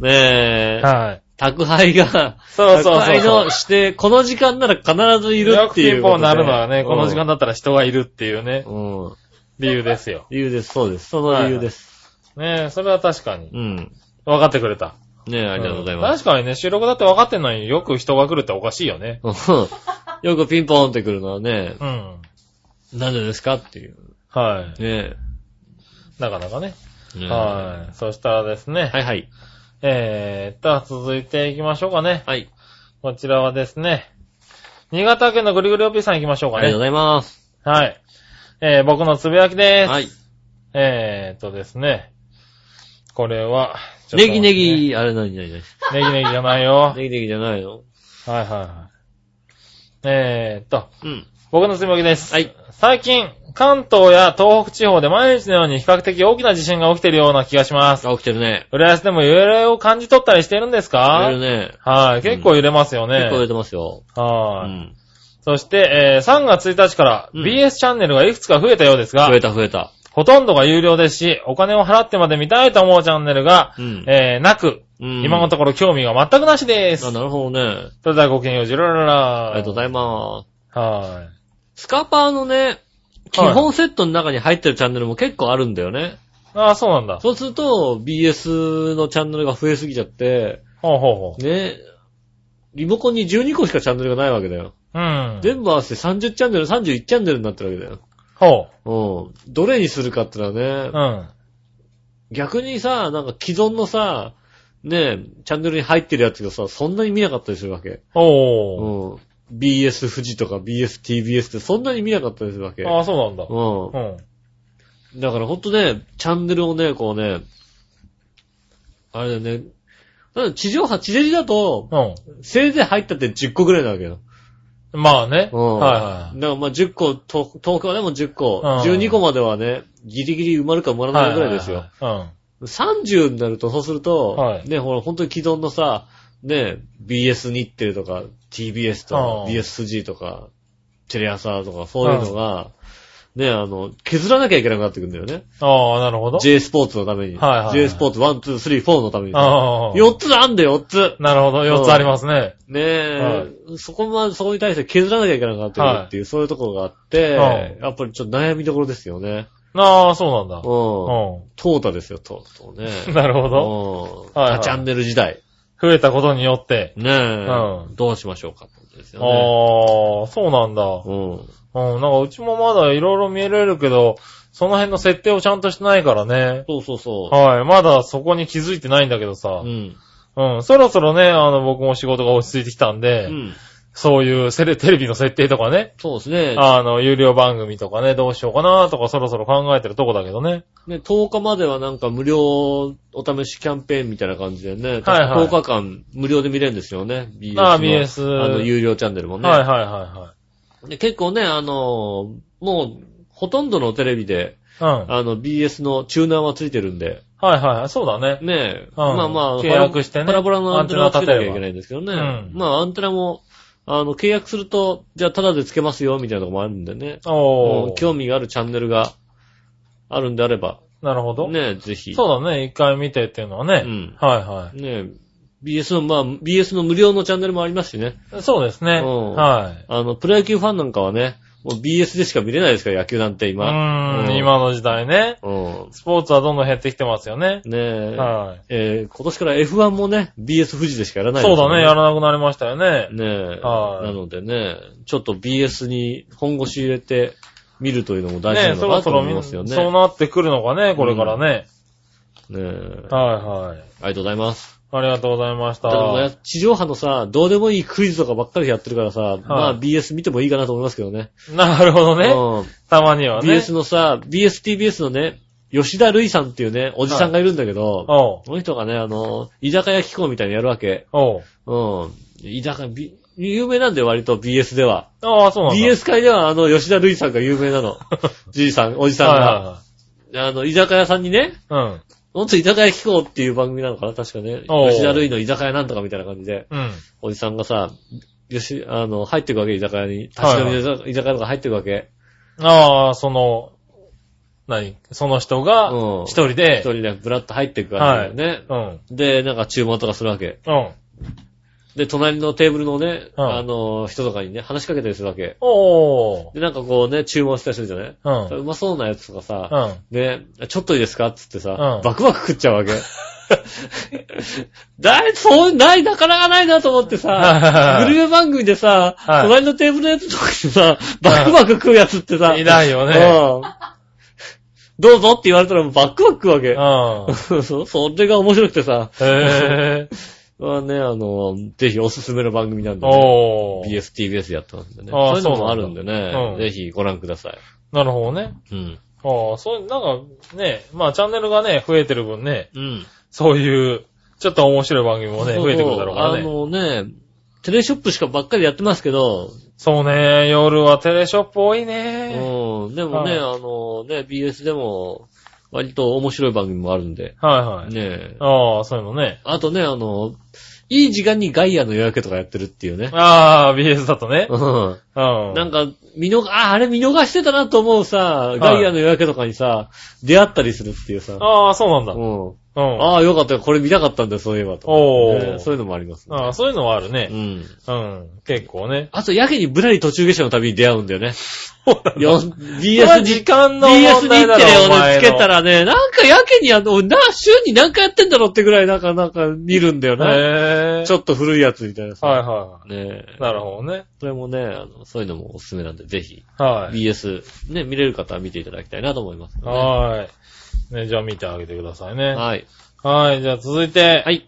ねえ、はい。宅配が、そうそうそうそう宅配のして、この時間なら必ずいるっていうピンこポとンで。になるのはね、この時間だったら人がいるっていうね、うん。うん。理由ですよ。理由です、そうです。その理由です。ねえ、それは確かに。うん。分かってくれた。ねえ、あありがとうございます。確かにね、収録だって分かってんのによく人が来るっておかしいよね。うんよくピンポーンってくるのはね、うん。なんでですかっていう。はねい。なかなかね。え。ねえはい。そしたらですね、はいはい。えーっと、続いていきましょうかね。はい。こちらはですね、新潟県のぐりぐりおっぴーさん行きましょうあかりがとうごね。ざいます。はい。えー、僕のつぶやきです。はい。えーっとですね、これは、ちょっとネ待ギってねネ。ギ、あれ何何何ネギネギじゃないよ。ネギネギじゃないのはいはいはい。えーっと、うん。僕のつぶやきです。はい。最近、関東や東北地方で毎日のように比較的大きな地震が起きているような気がします。あ、起きてるね。浦安でも揺れを感じ取ったりしてるんです起きかてるね。はい。結構揺れますよね。結構出てますよ。うはい、ん。そして、えー3月1日からうん BS チャンネルがいくつか増えたようですが、増えた増えた。ほとんどが有料ですし、お金を払ってまで見たいと思うチャンネルが、うんえーなく、うん今のところ興味が全くなしです。あ、なるほどね。それではごきげんよう、ジロララありがとうございます。はい。スカパーのね、基本セットの中に入ってるチャンネルも結構あるんだよね。ああ、そうなんだ。そうすると、BS のチャンネルが増えすぎちゃって、ほうほうほう。ね、リモコンに12個しかチャンネルがないわけだよ。うん。全部合わせて30チャンネル、31チャンネルになってるわけだよ。ほうん。どれにするかってのはう。うね、ん。逆にさ、なんか既存のさ、ね、チャンネルに入ってるやつがさ、そんなに見なかったりするわけ。うおー。ん。BS 富士とか BSTBS ってそんなに見なかったりするわけ。ああ、そうなんだ。ううん。ん。だからほんとね、チャンネルをね、こうね、あれだよね、だから地上波、地デジだと、うん。せいぜい入ったって10個ぐらいなわけよ。まあね。うん。はいはい。だからまあ10個、と東京でも10個、うん12個まではね、ギリギリ埋まるか埋まらないぐらいですよ。はいはいはい。 30になると、そうすると、はいね、ほら、ほんとに既存のさ、ね、BS 日テレとか、TBS とかう、ん BS2G とか、テレ朝とか、そういうのが、ね、あの、削らなきゃいけなくなってくんだよね。うん。ああ、なるほど。 J スポーツのために。はいはいはい J スポーツ1、2、3、4のために。ああ。 4つあんだよ、4つ。なるほど。4つありますね。ねえ、そこまで、そこに対して削らなきゃいけなくなってくるっていう、そういうところがあって、うやっぱりちょっと悩みどころですよね。ああ、そうなんだう。ん。う淘汰ですよ、とうとうね。ん。なるほど。 (laughs) うん。はいはい他チャンネル時代。はい増えたことによって。ねえ、うんどうしましょうかってことですよね。ああ、そうなんだ。うん。うん、なんかうちもまだいろいろ見れるけど、その辺の設定をちゃんとしてないからね。そうそうそはい、まだそこに気づいてないんだけどう。さう。ん。うん、そろそろね、あの、僕も仕事が落ち着いてきたんうで、ん。そういうセレテレビの設定とかね、そうですね。あの、有料番組とかね、どうしようかなとかそろそろ考えてるとこだけどね。ね、10日まではなんか無料お試しキャンペーンみたいな感じでね、はいはい10日間無料で見れるんですよね。BS のああ BS あの、有料チャンネルもね。はいはいはで結構ね、あのーもう、ほとんどのテレビで、いはい。うん。あの、BS のチューナーはついてるんで、はいはいはい、そうだね。ねえ、んまあまあ、契約してねパラボラのアンテナをつけなきゃいけないんですけどね。アンテナを立てればうんまあ、アンテナも、あの、契約すると、じゃあ、タダでつけますよ、みたいなとこもあるんでね。おうんー。興味があるチャンネルがあるんであれば、なるほど。ねえ、ぜひ。そうだね、一回見てっていうのはね。うんはいはねえ、BS の、まあ、BS の無料のチャンネルもありますしね。い。そうですね。うんはい。あの、プロ野球ファンなんかはね、もう BS でしか見れないですから、野球なんてう今。ーうんん、今の時代ね。うん。スポーツはどんどん減ってきてますよね。ねえ、はい。えー今年から F1 もね、BS 富士でしかやらないそうだね、やね。らなくなりましたよね。ねえ、はいなのでね、ちょっと BS に本腰入れて見るというのも大ね事そろなのかなとそろ思みいんまなすよそうね。なってくるのかね、これからね。ねえ、はいはい。ありがとうございます。ありがとうございました。だからね地上波のさ、どうでもいいクイズとかばっかりやってるからさ、まあ BS 見てもいいかなと思いますけどね。 (laughs) なるほどね。うんたまにはね。 BS のさ、BSTBS のね、吉田類さんっていうね、おじさんがいるんだけど、おう。この人がね、あの、居酒屋機構みたいにやるわけ。おう。うん。居酒屋、B- 有名なんだよ、割と BS では。ああ、そうなんだ。 (laughs) BS 界ではあの、吉田類さんが有名なの。じいさん、おじさんはいが。はあの、居酒屋さんにね、いはい。ほんと居酒屋機構っていう番組なのかな、確かね。おう吉田類の居酒屋なんとかみたいな感じで、うん。うん。おじさんがさ、よし、あの、入ってくわけ、居酒屋に。立ち飲みの居酒屋とか入ってくわけ。ああ、その、何その人がうん、一人で一、人でブラッと入ってくわけだよね。うん。で、なんか注文とかするわけ。うん。で、隣のテーブルのね、うんあの、人とかにね、話しかけたりするわけ。おー。で、なんかこうね、注文したりするじゃない、うん。そうれうまそうなやつとかさ、ん。ね、ちょっといいですかっつってさ、うんバクバク食っちゃうわけ。 (laughs) だい、そう、ない、なかなかないなと思ってさ、はいグルメ番組でさ、はい隣のテーブルのやつとかにさ、バクバク食うやつってさ、いないよねうんどうぞって言われたらバックバック食うわけ。うん。 (laughs) そうそれが面白くてさ、 (laughs) へぇまあね、あの、ぜひおすすめの番組なんー。で、ね、おー。 BSTBS やってますんでね。あそうあいうのもあるんでそうなんね、だうんぜひご覧ください。なるほどね。うん。ああ、そう、なんかね、まあチャンネルがね、増えてる分ね、うん。そういう、ちょっと面白い番組もね、増えてくるだろうからあね。のね、テレショップしかばっかりやってますけど、そうね、夜はテレショップ多いね。うん。でもはいね、あのね、BS でも、割と面白い番組もあるんで、はいはい。ねえ。ああ、そういうのね。あとね、あの、いい時間にガイアの夜明けとかやってるっていうね。ああ、BS だとね。うん。うん。なんか、見逃、あ、あれ見逃してたなと思うさ、ガイアの夜明けとかにさ、出会ったりするっていうさ。ああ、そうなんだ。うん。うん。ああ、よかったよ。これ見たかったんだよ、そういえばと。おーねそういうのもありますね。ああ、そういうのはあるうね。ん。うん。結構ね。あと、やけにぶらり途中下車の旅に出会うんだよね。そうだ (laughs) よ BS BS 時に、間の BS 問に題行っだてろ、るおよね、前つのけたらね、なんかやけにあの、な、週に何回やってんだろうってぐらい、なんか、なんか見るんだよね。へぇー。ちょっと古いやつみたいなさ。はいはねえい。なるほどね。それもね、あの、そういうのもおすすめなんで、ぜひ、はい。 BS、ね、見れる方は見ていただきたいなと思いますね。はい。ね、じゃあ見てあげてくださいね。はい。はい、じゃあ続いて。はい。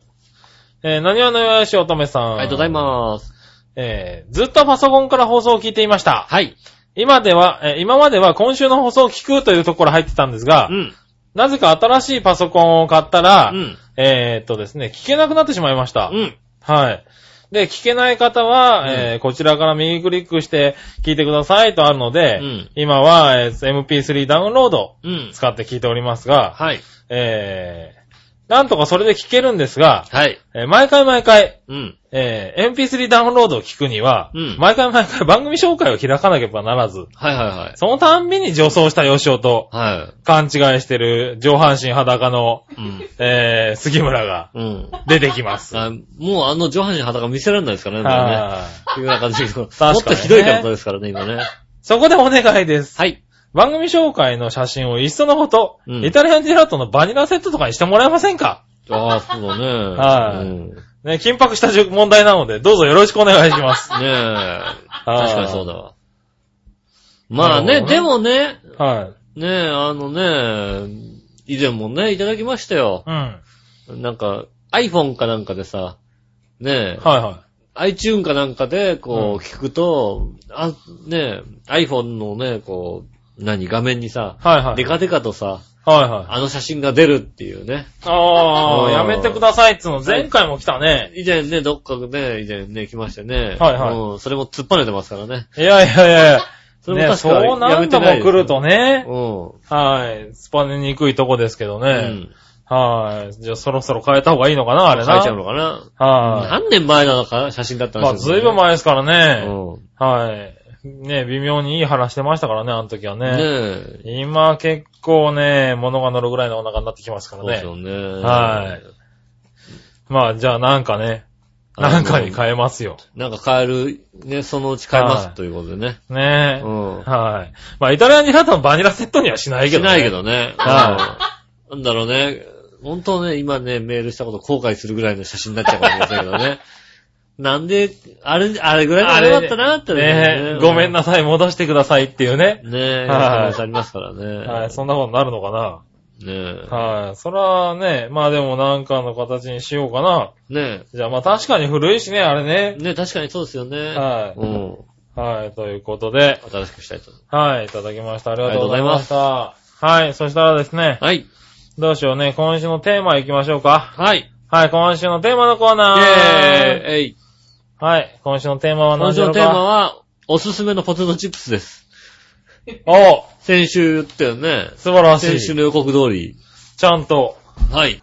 えー、何話のよやしおとめさん。ありがとうございます。す。えー、ずっとパソコンから放送を聞いていました。はい。今では、えー今までは今週の放送を聞くというところ入ってたんですがう、ん。なぜか新しいパソコンを買ったら、うん。えーっとですね、聞けなくなってしまいました。うん。はい。で、聞けない方は、うんえーこちらから右クリックして聞いてくださいとあるので、うん今は、えー MP3 ダウンロードうん。使って聞いておりますが、はい。えー、なんとかそれで聞けるんですが、はい。えー毎回毎回、うん。えー MP3 ダウンロードを聞くには、うん毎回毎回番組紹介を開かなければならず、はいはいはい。そのたんびに女装した吉尾とは勘違いしてる上半身裸の、い。うん。えー杉村がうん。出てきます。あもうあの上半身裸見せられないですからね、もうね。はいというような感じ (laughs) で。もっかにねとひどい方ですから (laughs) ね、今ね。そこでお願いです。はい。番組紹介の写真をいっそのこと、うんイタリアンジェラートのバニラセットとかにしてもらえませんかああ、そうだね。はいうんね、緊迫した問題なので、どうぞよろしくお願いします。ねえ。あー (laughs) 確かにそうだわ。まあなるね、ほどねでもね、はい。ねえ、あのね、以前もね、いただきましたよ。うん。はいなんか、iPhone かなんかでさ、ねえ、は iTune かなんかで、こうんう、聞くと、あ、ねえ、iPhone のね、こう、何、画面にさ、い。はいはい。デカデカとさ、はいはい。あの写真が出るっていうね。あうあ、んやめてくださいっつうの、前回も来たね。以前ね、どっかね、以前ね、来ましてね。はいはいうん、それも突っぱねてますからね。いやいやいや。それもね、確かそうや何めて度もないです来るとね。うはい。スパネにくいとこですけどん。うね。ん。はい。じゃあそろそろ変えた方がいいのかな、あれ書いな。ちゃうのかなはい。何年前なのか写真だったんまあ、ずいぶん前ですからね。うん。はい。ね、微妙にいい話してましたからね、あの時はねね。え。今結構ね、物が乗るぐらいのお腹になってきますかそうですらよね。ね。はまあ、じゃあなんかね、なんかに変えますよ。なんか変える、ね、そのうち変えまはすいということでね。ねえ。うん。はい。まあ、イタリアンジェラートのバニラセットにはしないけしどね。ないけどね。はうんなんだろうね。本当ね、今ね、メールしたこと後悔するぐらいの写真になっちゃうかもしれないけどね。なんで、あれ、あれぐらいのあれだったなってねえ。ごめんなさい、戻してくださいっていうね。ねはえ、い可能性ありますからね。はい、そんなことになるのかねえ。な。はい、それはね、まあでもなんかの形にしようかな。ねじゃあまあ確かに古いしね、あれえ。ね。ねえ、確かにそうですよね。はいうん。はい、ということで、新しくしたいと思いはい、いただきました。ありがとうございました。はい、そしたらですねます。、はい。どうしようね、今週のテーマ行きましょうか。はい。はい、今週のテーマのコーナイー。ェーイえい。はい、今週のテーマは今何でし週ょのうテーマかは、おすすめのポテトチップスです。お先週言ったよね。素晴らし先週い。の予告通り。ちゃんと。はい。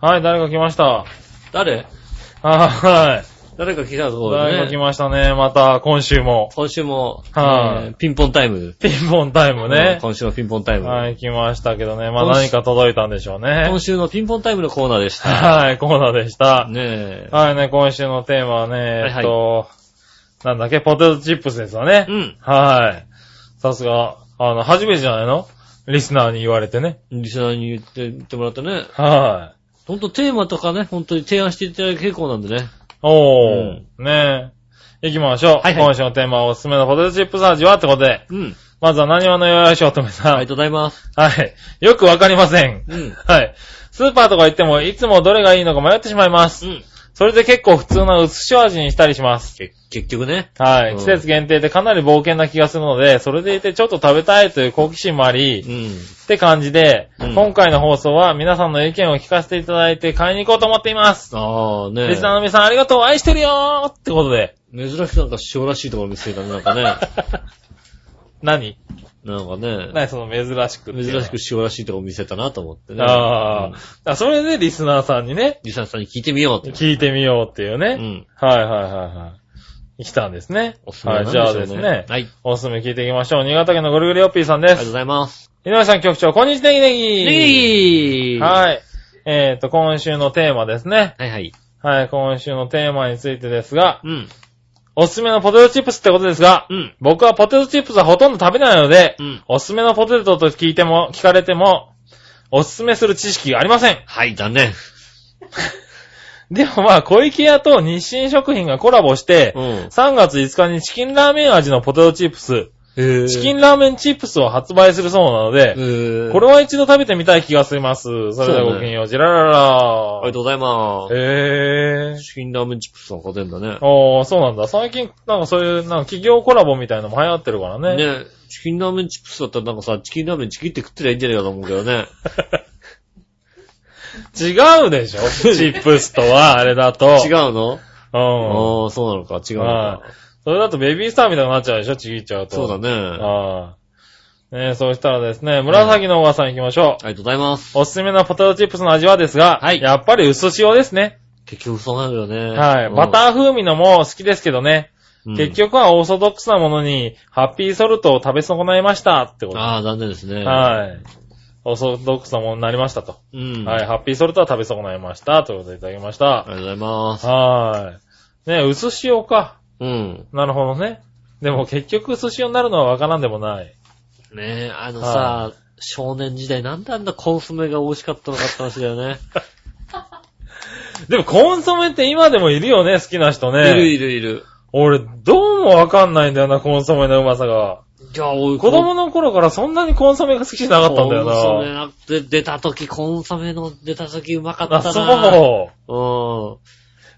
はい、誰か来ました。誰はい。誰か来たそうだいだぶ来ね。ましたね、また、今週も。今週も、はいえーピンポンタイム。ピンポンタイムうんね。今週のピンポンタイム。はい、来ましたけどね。まあ今週何か届いたんでしょうね今。週のピンポンタイムのコーナーでした。はい、コーナーでした。ねえ。はいね、今週のテーマはね、はいえっと、なんだっけ、ポテトチップスですわねう。ん。はい。さすが、あの、初めてじゃないのリスナーに言われてね。リスナーに言って、言ってもらったね。はほんとテーマとかね、ほんとに提案していただく傾向なんでね。い。おー、うんねえ。行きましょう。はいはい今週のテーマはおすすめのポテトチップス味はってことで、うん。まずは何話のよよしおとめさん。ありがとうございます。はい。よくわかりません。うんはい。スーパーとか行っても、いつもどれがいいのか迷ってしまいます。うん。それで結構普通の薄塩味にしたりします。け結局ね。はうい。ん季節限定でかなり冒険な気がするので、それでいてちょっと食べたいという好奇心もあり、うん。って感じで、うん今回の放送は皆さんの意見を聞かせていただいて買いに行こうと思っています。ああねリスナーの皆さんありがとう、愛してるよーってこと (laughs) で。珍しくなんか塩らしいところ見つけたね、な (laughs) んかね。何なんかね、何その珍しくっていうの珍はしく塩らしいところ見せたなと思ってね。ああ、うんだからそれでリスナーさんにね、リサさんに聞いてみようって。聞いてみようっていううね。ん。はいはいはいはい。来たんですね。おすすめなんはい、でしじょうゃねあですね。はい。おすすめ聞いていきましょう。新潟県のぐるぐるよっぴーさんでありがとうごす。ざいます。井上さん局長、こんにちは、ネギネギ。ネギい。はい。えっ、と、今週のテーマですね。はいはい。はい、今週のテーマについてですが、うん。おすすめのポテトチップスってことですが、うん。僕はポテトチップスはほとんど食べないので、うんおすすめのポテトと聞いても、聞かれても、おすすめする知識がありません。はい、残念。でもまあ、小池屋と日清食品がコラボして、うん。 3月5日にチキンラーメン味のポテトチップス、へチキンラーメンチップスを発売するそうなので、ここれは一度食べてみたい気がします。それではごきげんよう、ジララあラりがとうございます。へぇー。チキンラーメンチップスなんか出んだね。ああ、そうなんだ。最近、なんかそういう、なんか企業コラボみたいのも流行ってるからね。ねチキンラーメンチップスだったらなんかさ、チキンラーメンチキって食ってりゃいいんじゃないかと思うけどね。違うで (laughs) しょチップスとは、あれだと。違う。うのうん。ああ、そうなのか、違うのはか。それだとベビースターみたいになっちゃうでしょちぎっちゃうと。そうだね。ね。ああ。ねえ、そうしたらですね、紫のおばさん行きましょう。ありがとうございます。おすすめのポテトチップスの味はですが、はいやっぱり薄塩ですね。結局そうなるよね。はい。バター風味のも好きですけどね。ー結局はオーソドックスなものに、ハッピーソルトを食べ損ないましたってこと。ああ、残念ですね。はい。オーソドックスなものになりましたと。い。うん。はい。ハッピーソルトは食べ損ないました。ということでいただきましあた。りがとうございます。はい。ね、薄塩か。うん。なるほどね。でも結局薄塩になるのはわからんでもない。ねえ、あのはさ、少年時代なんであんなコンソメが美味しかったのかって話だよね。でもコンソメって今でもいるよね、好きな人ね。いるいるいる。俺、どうもわかんないんだよな、コンソメのうまさが。いや、俺、子供の頃からそんなにコンソメが好きじゃなかったんだよコンソメな。なって出た時、コンソメの出た時うまかったな。。あ、そううん。う。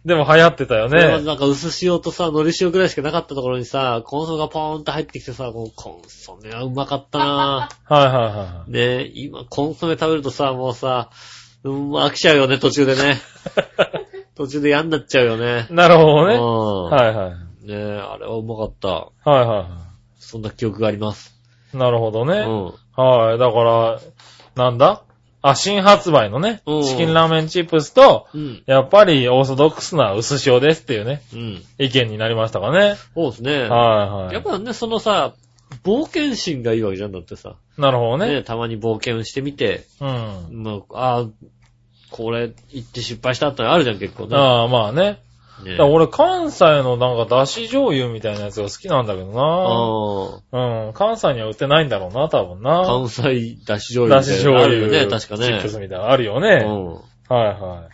でも流行ってたよそれまでね。なんか薄塩とさ、海苔塩ぐらいしかなかったところにさ、コンソメがポーンって入ってきてさ、もうコンソメはうまかった (laughs) なぁ。はいはいはねえ、今コンソメ食べるとさ、もうさ、うん、飽きちゃうよね、途中でね。途中で嫌になっちゃうよねい。。なるほうどね。ん。はいはい。ねえ、あれはうまかった。はいはそんな記憶があります。い。なるほどうね。ん。はい。だから、なんだあ、新発売のね、うんチキンラーメンチップスと、うん。やっぱりオーソドックスな薄塩ですっていうね、うん。意見になりましたかね。そうですね。はいはい。やっぱね、そのさ、冒険心がいいわけじゃんだってさ。なるほどね。ね、たまに冒険してみて、うん。まあ、あーこれ、行って失敗したってあるじゃん、結構ね。ああ、まあね。ねだから俺、関西のなんか、だし醤油みたいなやつが好きなんだけどな。ああうん。関西には売ってないんだろうな、多分な。関西だし醤だ油みしたい醤なのあ油。るよね、確かチップねス。みたいなのあるよね。うはいは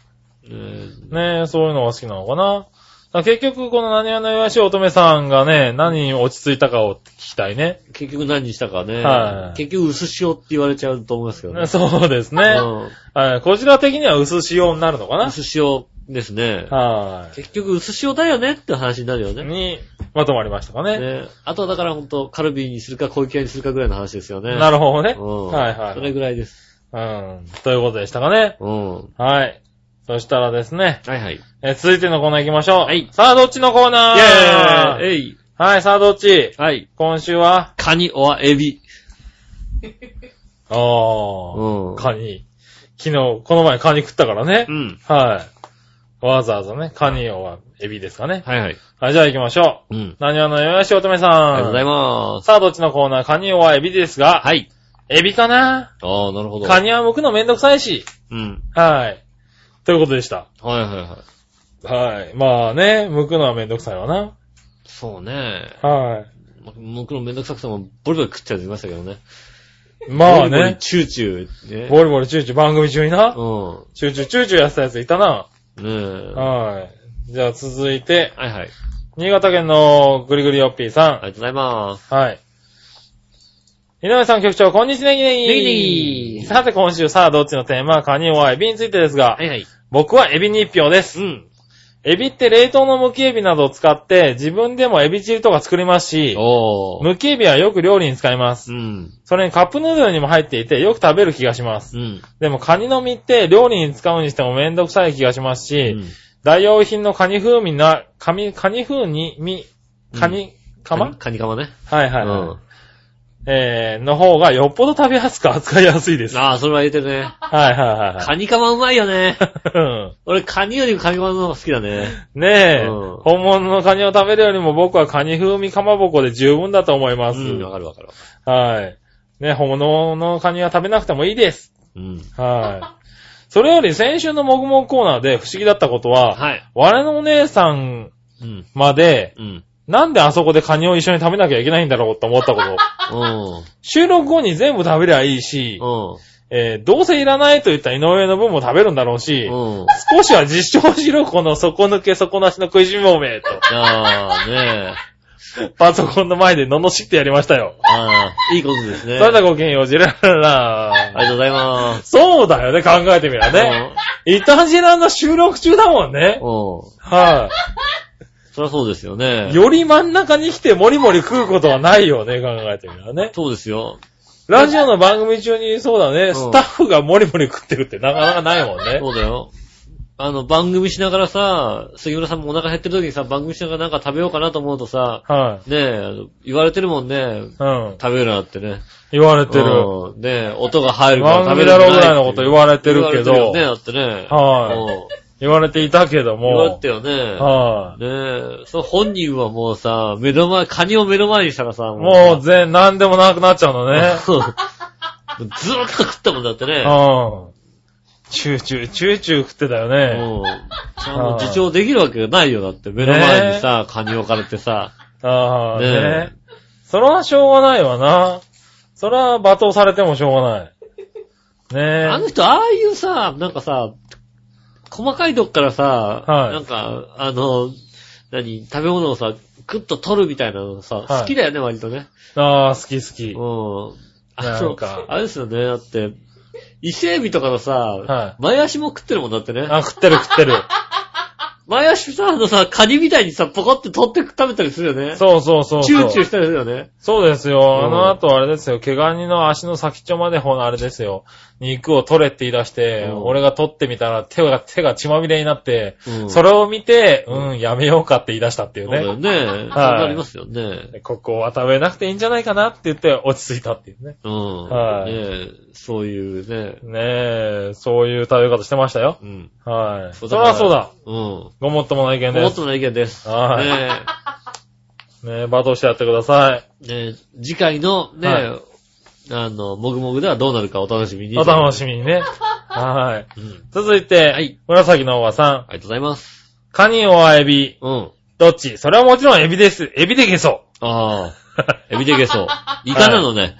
ん。ねい。ねえ、そういうのが好きなのかな。だから結局、この何話のよしお乙女さんがね、何に落ち着いたかを聞きたいね。結局何にしたかね。はい結局、薄塩って言われちゃうと思いますけどね。そうですね。うはい。こちら的には薄塩になるのかんな。薄塩ですね。は結局、薄塩だよねって話になるよい。ね。に、まとまりましたかね。ね。あとはだからほんと、カルビにするか小池屋にするかぐらいの話ですよね。なるほどね。うんはいはい。それぐらいです。うん。ということでしたかね。うん。ははい。そしたらですね、いはい。えー続いてのコーナー行きましょう。はいさあ、どっちのコーナーイェーイえいはい、さあ、どっちはい。今週はカニ、オア、エビ。あー、うん。カニ。昨日、この前カニ食ったからねう。ん。はい。わざわざね、カニはエビですかね。はいはい。はい、じゃあ行きましょう。うん。何話のよやしおとめさん。ありがとうございます。さあ、どっちのコーナーカニはエビですが、はい。エビかなああ、なるほど。カニは剥くのめんどくさいし。うん。はい。ということでした。はいはいはい。はい。まあね、剥くのはめんどくさいわな。そうね。はい。僕のめんどくさくても、ボリボリ食っちゃいましたけどね。まあボリボリね、チューチュー。ね。ボリボリチューチュー番組中にな、うチューチューチューチューやってたやついたな。ん。ねえ。ははい。じゃあ続いて、いはい。新潟県のぐりぐりよっぴーあさりがとうございます。ん。はい。井上さん局長、こんにちは、ネギネギ。ネギネギさて今週、さあどっちのテーマはカニはエビについてですが、はいはい。僕はエビに一票です。うん。エビって冷凍のむきエビなどを使って、自分でもエビ汁とか作りますし、おー。むきエビはよく料理に使いますう。ん。それにカップヌードルにも入っていて、よく食べる気がします。うん。でもカニの身って料理に使うにしてもめんどくさい気がしますし、代用品のカニ風味な、カニ、カニ風に、み、カニ、カマカニカマね。はいはい、はいうん。えー、の方がよっぽど食べやすく扱いやすいです。はいああ、それは言えてるね。はいはいはカニカマうまいよね。い。俺、カニよりカニカマの方が好きだね。うんねえ、うん本物のカニを食べるよりも僕はカニ風味かまぼこで十分だと思います。うん、わかるわかる。はい。ね、本物のカニは食べなくてもいいです。うん。はい。それより先週のもぐもぐコーナーで不思議だったことは、はい。我のお姉さんうん。まで、うん。なんであそこでカニを一緒に食べなきゃいけないんだろうと思った (laughs) こと。 (laughs) うん。収録後に全部食べりゃいいし、うえーどうせいらないと言った井上の分も食べるんだろうし、ん。うん。少しは実証しろ、この底抜け底なしの食いしん坊め、 (laughs) と。ああ、ねえ。パソコンの前で罵ってやりましたよ。ああ、いいことですね。それではごきげんよう、ジェララあラりがとうございます。そうだよね、考えてみりゃね。イタジラの収録中だもんねうん。。うん。はそりゃそうですよねい。。より真ん中に来てもりもり食うことはないよね、考えてみりゃね。そうですよ。ラジオの番組中にそうだね、んスタッフがもりもり食ってるってなかなかないもんね。そうだよ。あの、番組しながらさ、杉村さんもお腹減ってる時にさ、番組しながらなんか食べようかなと思うとさ、はい。ねえ、あの言われてるもんね。うん。食べるなってね。言われてる。うん。ねえ、音が入るか番ら食べ組るんだろうぐじゃなってらいのこと言われてるけ言われどて、るよね、だってね。はいうん言われていたけど言われもて、よね。はい。ねえ、そう、本人はもうさ、目の前、カニを目の前にしたらさ、もう全、なんでもなくなっちゃうの (laughs) ね。う、ずーっと食ったもんだっ (laughs) てね。うん。チューチュー、チューチュー食ってたよね。もう、ちゃんと自重できるわけがないよ、だって。目の前にさ、カニ置かれてさ。ああ、ねね。それはしょうがないわな。それは罵倒されてもしょうがない。あねの人、ああいうさ、なんかさ、細かいとこからさ、はいなんか、あの、何、食べ物をさ、クッと取るみたいなのさ、はい好きだよね、割とね。ああ、好き好き。うん。あなのんか、あれですよね、だって、伊勢海老とかのさ、は前足も食ってるもんだってね。あ、食ってる食って (laughs) る。前足さ、あのさ、カニみたいにさ、ポコって取って食べたりするよね。そうそうそうそう。チューチューしたりするよね。そうですうんよ。あの後あれですよ。毛ガニの足の先っちょまでほんあれですよ。肉を取れって言い出して、うん俺が取ってみたら手が、手が血まみれになって、うんそれを見て、うん、やめようかって言い出したっていそううだよね。ね。そうなりますよね。ここは食べなくていいんじゃないかなって言って落ち着いたっていうね。うん。はいねえそういうね。ねえ、そういう食べ方してましたよ。うん。はい。そだりからゃそうだ。。うん。もごもっともな意見でっす。との意見です。はいねねえ、罵倒してやってください。えねえ次回のね、はあの、もぐもぐではどうなるかお楽しみに。お楽しみに (laughs) ね。はい。み。うん。続いて、はい紫のおばさん。ありがとうございます。カニはエビ。うん。どっちそれはもちろんエビです。エビでゲソ。ああ。 (laughs) エビでゲソ。イカなのね。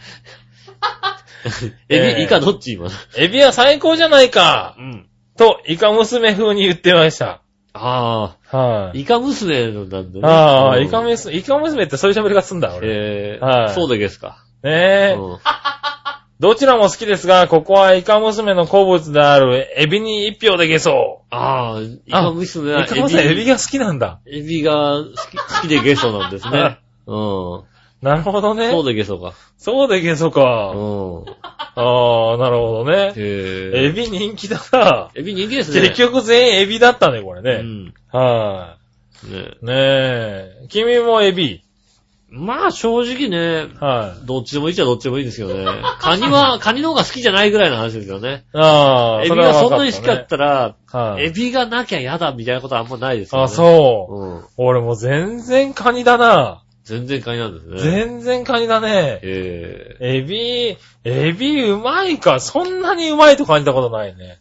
エビ、ええイカどっち今。エビは最高じゃないか。うん。と、イカ娘風に言ってました。ああ。はい。イカ娘なんだね。ああ、イカ娘。娘、イカ娘ってそういう喋り方すんだ、俺。えはえ、いそうでゲスか。ねえ。うんどちらも好きですが、ここはイカ娘の好物であるエビに一票でゲソ。ああ、イカ娘はイカ娘エビが好きなんだ。エビが好き好きでゲソなんですね。うん。なるほどね。そうそうでゲソか。でゲソうか。ん。ああ、なるほどね。へエえ。ビ人気だな。エビ人気ですね。結局全員エビだったね、これうね。ん。はい。ねねえ。君もエビ。まあ正直ね、はい。どっちでもいいっちゃどっちでもいいんですけどね。カニ (laughs) は、カニの方が好きじゃないぐらいの話ですよね。ああ、エビれはがそ分んなに好きだったら、たね。はい。エビがなきゃ嫌だみたいなことはあんまないですよね。あ、そう。うん。俺もう全然カニだな。全然カニなんですね。全然カニだね。ええ。エビ、エビうまいか。そんなにうまいと感じたことないね。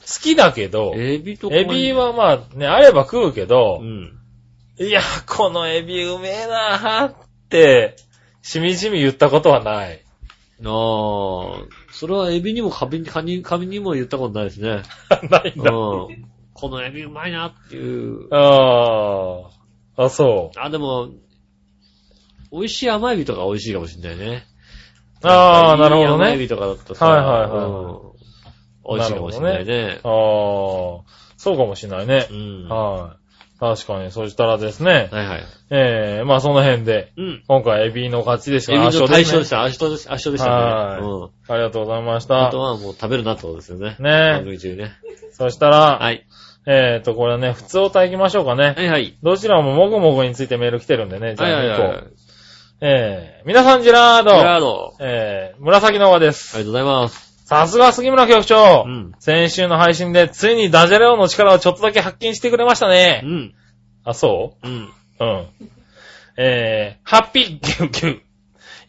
好きだけど、エビとかエビ、はまあね、あれば食うけうど、ん。いや、このエビうめえなって、しみじみ言ったことはない。 (laughs) なあ、それはエビにもカビカニ、カニにも言ったことないですね。ないんうだ。ん。このエビうまいなっていう。ああ、あ、そう。あ、でも、美味しい甘エビとか美味しいかもしんないね。ああ、なるほどいい甘エビね。とかだったらさ、はいはいはいうん美味しいかもしんないね。ああ、そうかもしれないねう。ん。ははい。確かに、そしたらですねい、はい。ええまあその辺で、うん。今回エビの勝ちでした。エビの対象でし。した圧勝でした。圧勝でしたはいね。うん。た。ありがとうございましあたと。はもう食べるなってことですよね。番ね組中ね。そしたら、はい。えっ、と、これね、普通おた行きましょうかね。はいはい。どちらももぐもぐについてメール来てるんでね、じゃはいはあい行はいこう。はい。ええ皆さん、ジェラード。ジェラード。ええ紫の輪であす。りがとうございます。さすが杉村局長。うん先週の配信で、ついにダジャレ王の力をちょっとだけ発見してくれましたね。うん。あ、そううん。うん。えー、ハッピーギューギュー。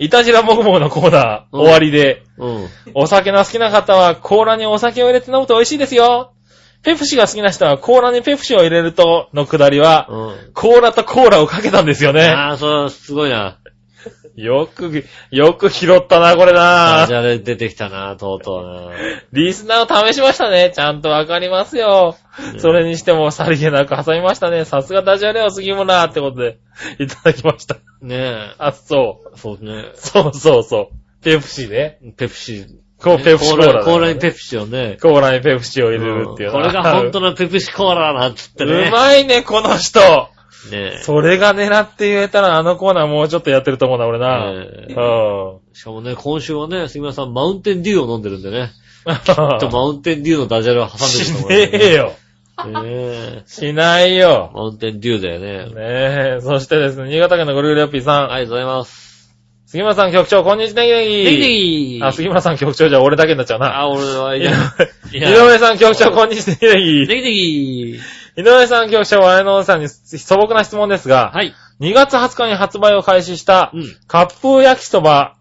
いたじらもぐもぐのコーナー、うん終わりで、うん。お酒の好きな方はコーラにお酒を入れて飲むと美味しいですよ。ペプシが好きな人はコーラにペプシを入れると、のくだりは、うん。コーラとコーラをかけたんですよね。ああ、そう、すごいな。よく、よく拾ったな、これダなジ。ャレ出てきたな、とうとうな。リスナーを試しましたね。ちゃんとわかりますよ。それにしても、さりげなく挟みましたね。さすがダジャレを過ぎもな、ってことで、いただきました。ねあ、そう。え。そうね。そうそうそう。ペプシね。ペプシ。こう、ペプシコーラだからね。コーラにペプシをね。コーラにペプシを入れるっていううんな。これが本当のペプシコーラなんつってね。うまいね、この人。ねえ。それが狙って言えたら、あのコーナーもうちょっとやってると思うな、俺な。ねえうん。しかもね、今週はね、杉村さん、マウンテンデューを飲んでるんでね。ちょちょっとマウンテンデューのダジャレを挟んでるしと思う、ねえよ。ねえ。しないよ。マウンテンデューだよね。ねえ。そしてですね、新潟県のぐるぐるよっぴーさん。ありがとうございます。杉村さん局長、こんにちは、ネギネギ。ネギネギあ、杉村さん局長じゃ俺だけになっちゃうな。あ、俺はい (laughs) 井いや。いや上さん局長、こんにちは、ネギネギ。ネギネギ井上さん局長、我々のおさんに素朴な質問ですが、はい。 2月20日に発売を開始したう、ん。カップ焼きそば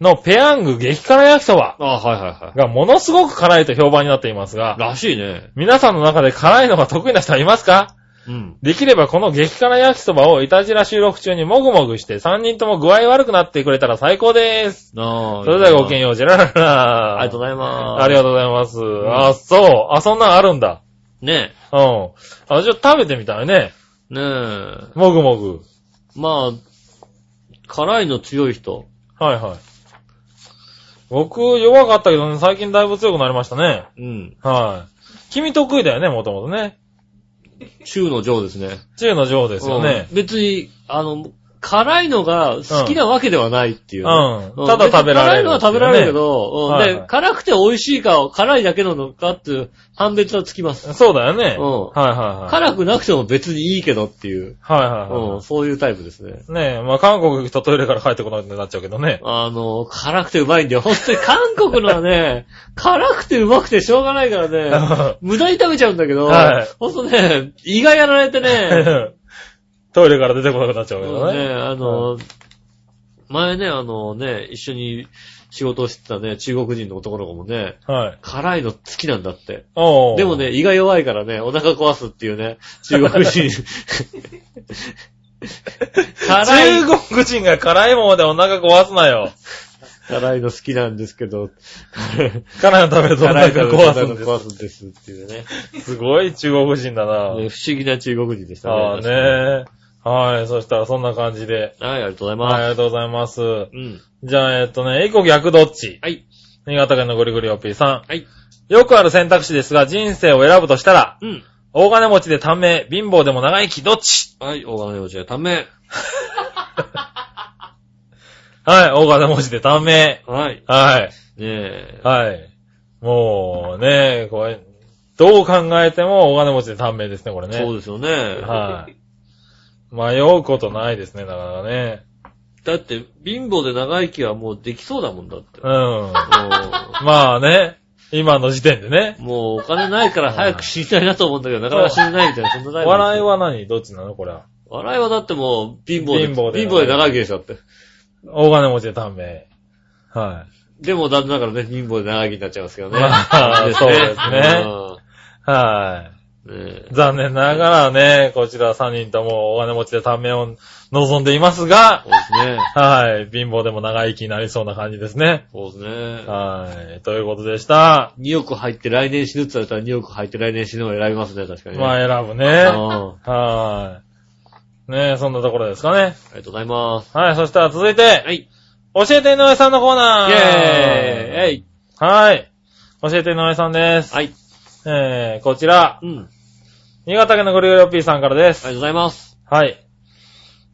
のペヤング激辛焼きそばあ、はいはいはがものすごく辛いと評判になっていますい。が、らしいね。皆さんの中で辛いのが得意な人はいますかうん。できればこの激辛焼きそばをいたじら収録中にもぐもぐして3人とも具合悪くなってくれたら最高です。なあ。それではごきげんよう、ジェララあラりがとうございます。ありがとうございます。あ、そう。あ、そんなんあるんだ。うねうん。あ、じゃあ食べてみたいね。え。ねえ。もぐもぐ。まあ、辛いの強い人。はいはい。僕、弱かったけどね、最近だいぶ強くなりましたね。うん。はい。君得意だよね、もともとね。中の上ですね。中の上ですよねう。ん別に、あの、辛いのが好きなわけではないっていうね、うんうんただ食べられる別に辛いのは食べられるけど、うんはいはいで辛くて美味しいか、辛いだけなのかっていう判別はつきます。そうだよね。うんはいはいはい。辛くなくても別にいいけどっていう、はいはいうんはそういうタイプですね。い。ねえ、まあ韓国行くとトイレから帰ってこなくなっちゃうけどね。あの、辛くてうまいんだよ。本当に韓国のはね、辛くてうまくてしょうがないか (laughs) らね、無駄に食べちゃうんだけど、はいほんとね、胃がやられて (laughs) ね、トイレから出てこなくなっちゃうけそどうね、ね。あの、前ね、あのね、一緒に仕事をしてたね、中国人の男の子もね、はい。辛いの好きなんだって。おうでも、ね、胃が弱いからね、お腹壊すっていうね、中国人。 (laughs) 辛い、中国人が辛いものでお腹壊すなよ。辛いの好きなんですけ (laughs) ど、辛いの食べるとお辛腹いの壊すんで壊すんですっていうね。ねす。すごい中国人だ不な。思議な中国人でしたね。ああね。はい、そしたらそんな感じで。はい、ありがとうございはい、ありまがとうございます。す。うん。じゃあ、えっとね、一個逆どっちはい。新潟県のゴリゴリオピーさん。はい。よくある選択肢ですが、人生を選ぶとしたら、うん。大金持ちで短命、貧乏でも長生き、どっちはい、大金持ちがため。はい、大金持ちで短命。はい。はい。ねえ。はい。もうね、これ、どう考えても大金持ちで短命ですね、これね。そうですよね。はい。迷うことないですね、なかなかね。だって、貧乏で長生きはもうできそうだもんだって。うもん。うまあね、今の時点でね。もうお金ないから早く死にたいなと思うんだけど、なかなか死ねないみたいな、そんなないもん笑い。は何どっちなのこれは。笑いはだってもう貧乏で、貧乏で貧乏で長生きでしょだって。大金持ちで短命。はでも、だんだからね、貧乏で長生きになっちゃいますけどね。ま (laughs) あ (laughs) そうですねうい。はい。んねえ残念ながらね、こちら3人ともお金持ちで短命を望んでいますがそ、うですね。はい。貧乏でも長生きになりそうな感じですね。そうですね。はい。ということでした。 2億入って来年死ぬって言われたら2億入って来年死ぬを選びますね、確かにね。まああ、選ぶあね。あはい。ねえ、そんなところですかね。りがとうございます。はい。そしたら続いて、はい。イ教えて井上さんのコーェナー。ーイえいはい。教えて井上さんです。はい。えー、こちら、うん。あり新潟県のグリグリオッピーさんからでがとす。うございます。はい。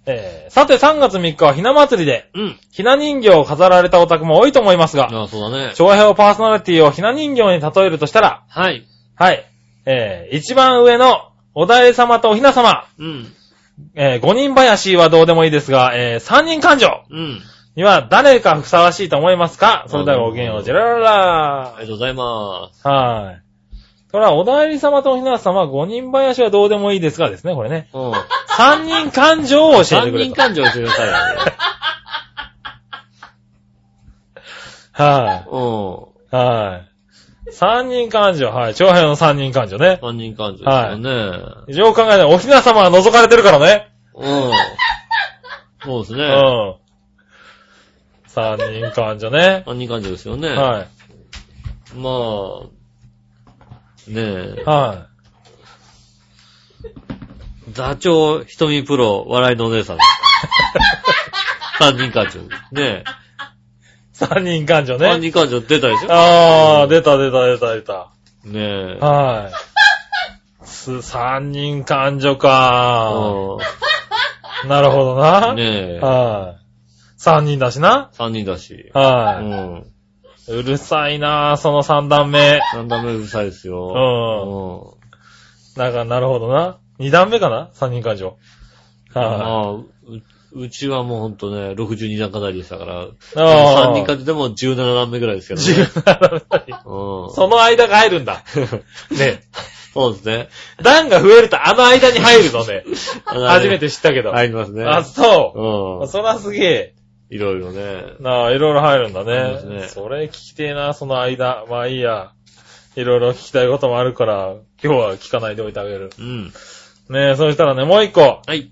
えー、さて3月3日はひな祭りで、うん。ひな人形を飾られたオタクも多いと思いますが、ああ、そうだね。長編パーソナリティをひな人形に例えるとしたら、はい。はい、えー、一番上のおだい様とおひな様、うん。えー、五人林はどうでもいいですが、えー、三人感情うん。には誰かふさわしいと思いますかそれではごきげんよう、ジェララあラりがとうございます。はい。これは、おだいり様とおひな様、五人林はどうでもいいですがですね、これね。うん。三人感情を教えて三くれ人と。感情してくださいよ。は (laughs) うい。はい。三人感情、はい。長編の三人感情ねん。。三人感情ですよね。よう考えたら、おひな様は覗かれてるからね。うん。そうですうね。ん。三人感情ね。三人感情ですよね。はまあ、い。ねえ、は座長、瞳プロ、笑いのお (laughs) 姉さん。三人感情。ねえ。い。三人感情三ね。人感情出たでしょあー、出た出た出た出た。ねえ。はい。す三人感情かうなるほどな。んねえ。はい。三人だしな。三人だし。うはん。い。うるさいな、その三段目。三段目うるさいですうよ。ん。うん。なんか、なるほどな。二段目かな三人感情。はまあ、ううちはもうほんとね、62段階でしたから、い。あ3人かけても17段目ぐらいですけどね。 17段。 (laughs) うん。その間が入るん (laughs) だ。ね。そうですね。段が増えるとあの間に入るの (laughs) ね。初めて知ったけど。入りますね。あ、そうう。ん。そらすげえ。いろいろね。なあ、いろいろ入るんだ入りますね。ねそれ聞きてえな、その間。まあいいや。いろいろ聞きたいこともあるから、今日は聞かないでおいてあげる。うん。ねえ、そしたらね、もう一個。はい。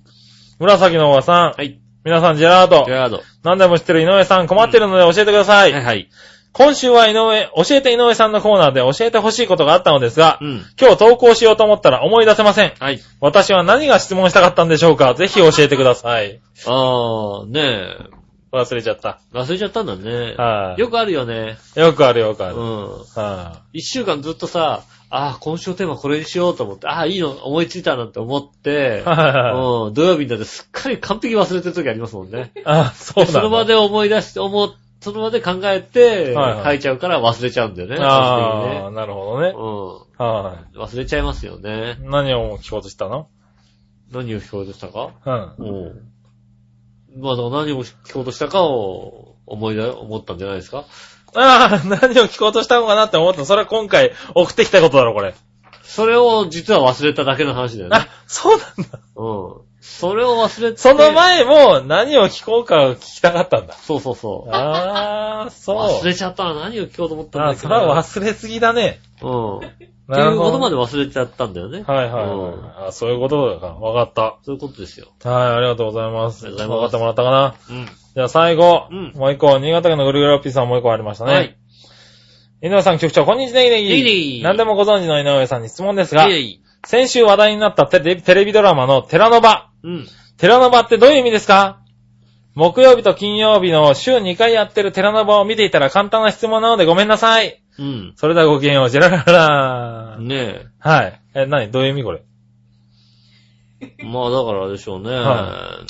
紫のおばさん。はい。皆さん、ジェラートジェ。ラード。何でも知ってる井上さん、困ってるので教えてください。はいはい。今週は井上、教えて井上さんのコーナーで教えてほしいことがあったのですが、うん。今日投稿しようと思ったら思い出せません。はい。私は何が質問したかったんでしょうかぜひ教えてください。あー、ね忘れちゃった。え。忘れちゃったんだね。はい、よくあるよね。よくあるよくあうる。ん。は一週間ずっとさ、あー、今週のテーマこれにしようと思って、あー、いいの思いついたなって思ってい、はうん、土曜日になってすっかり完璧忘れてる時ありますもんね。い。 (laughs) あ、そうなんだ。その場で思い出して、思う、その場で考えて、はいはい書いちゃうから忘れちゃうんだよね。ああ、なるほどね確。かにはね。うん。忘れちゃいますよねい。。何を聞こうとしたの何を聞こうとしたかうん。うん。まあ、だから何を聞こうとしたかを思い出、思ったんじゃないですかああ、何を聞こうとしたのかなって思った。それは今回送ってきたことだろ、これ。それを実は忘れただけの話だよね。あ、そうなんだ。うん。それを忘れて。その前も何を聞こうかを聞きたか (laughs) ったんだ。そうそうそう。ああ、そう。忘れちゃったら何を聞こうと思ったんあだあ、っけそど。れは忘れすぎだね。うん。っていうなるほこどとまで忘れちゃったんだよね。はいはい、うんはいあ。そういうことだから。わかっそういうことですよ。た。はい、ありがとうございます。ありがとうございわかますってもらったかな。うん。じゃあ最後、うんもう一個、新潟県のぐるぐるおっぴーさんもう一個ありましたね。はい。井上さん局長、こんにちは、ネギネギ。ネギネギ何でもご存知の井上さんに質問ですがい、えいえ。先週話題になったテレビテレビドラマのテラノバ。うん。テラノバってどういう意味ですか木曜日と金曜日の週2回やってるテラノバを見ていたら簡単な質問なのでごめんなさい。うん。それではごきげんよう、ジェラララねはい。え、何どういう意味これえ。まあだからあれでしょうね。は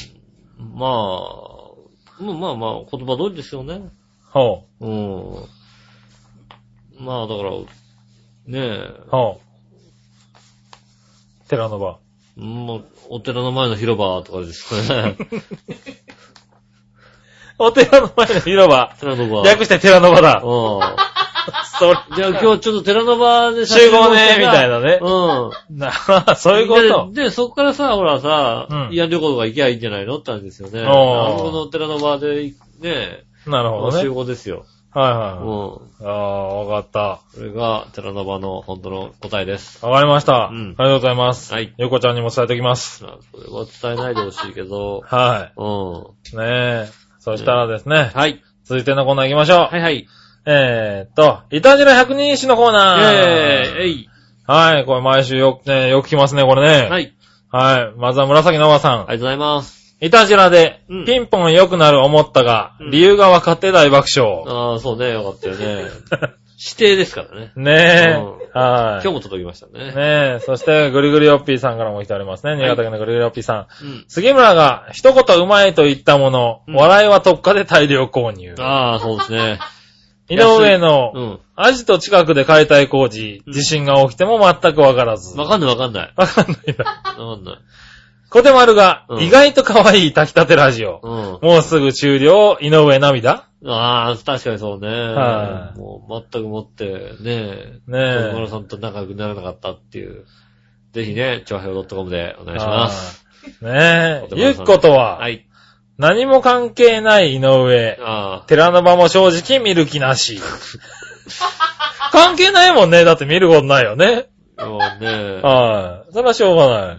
まあ、まあまあまあ、言葉通りですよね。ほうん。まあだから、ねう、ほう。テラノバ。え、もう、お寺の前の広場とかですか (laughs) ね。お寺の前の広場。寺の場。略してテラノバだ。うそれ。ん。じゃあ今日ちょっと寺の場で集合ね、みたいな。なね。うん。な (laughs) そういうこと。で、でそこからさ、ほらさ、うん慰安旅行とか行きゃいいんじゃないのって話ですよね。おーあそこの寺の場で、ね、なるほど集ね。合ですよ。はいうはい。ん。ああ、わかった。それが、寺の場の本当の答えです。わかりました。うあんりがとうございます。はい。ゆうこちゃんにも伝えておきます。まあそれは伝えないでほしい (laughs) けど、はうん。い。ねえ。そしたらですね、はい。続いてのコーナー行きましょう。はいはい。えーっと、イタジラ百人一首のコーえナー。ー、えい。はい、これ毎週よく、ね、よく来ますね、これね。。はいい。はい。まずは紫の和さん。ありがとうございます。イタジラでうん、ピンポン良くなる思ったが、うん理由が分かって大爆笑。ああ、そうね、よかったよ (laughs) ね。指定ですからね。ねうえ。はい今日。も届きましたね。ねえ、そして、ぐりぐりおっぴーさんからも来ておりますね。新潟県のぐりぐりおっぴーさん。うん。杉村が、一言うまいと言ったもの、うん笑いは特価で大量購入。ああ、そうですね。井上の、うん。アジト近くで解体工事、うん地震が起きても全くわからず。わかんないわかんない。わかんないな。わかんない。小手丸が、うん意外と可愛い炊きたてラジオ。うん。もうすぐ終了、井上涙ああ、確かにそうね。はいもう全くもって、ねえ。ね小え。室さんと仲良くならなかったっていう。ぜひね、長平 .com でお願いします。はい。ねえ小手丸さ。んゆっことは、はい。何も関係ない井上。あ寺の場も正直見る気なし。 (laughs) 関係ないもんね。だって見ることないよね。あ、もうね、はい。それはしょうがない。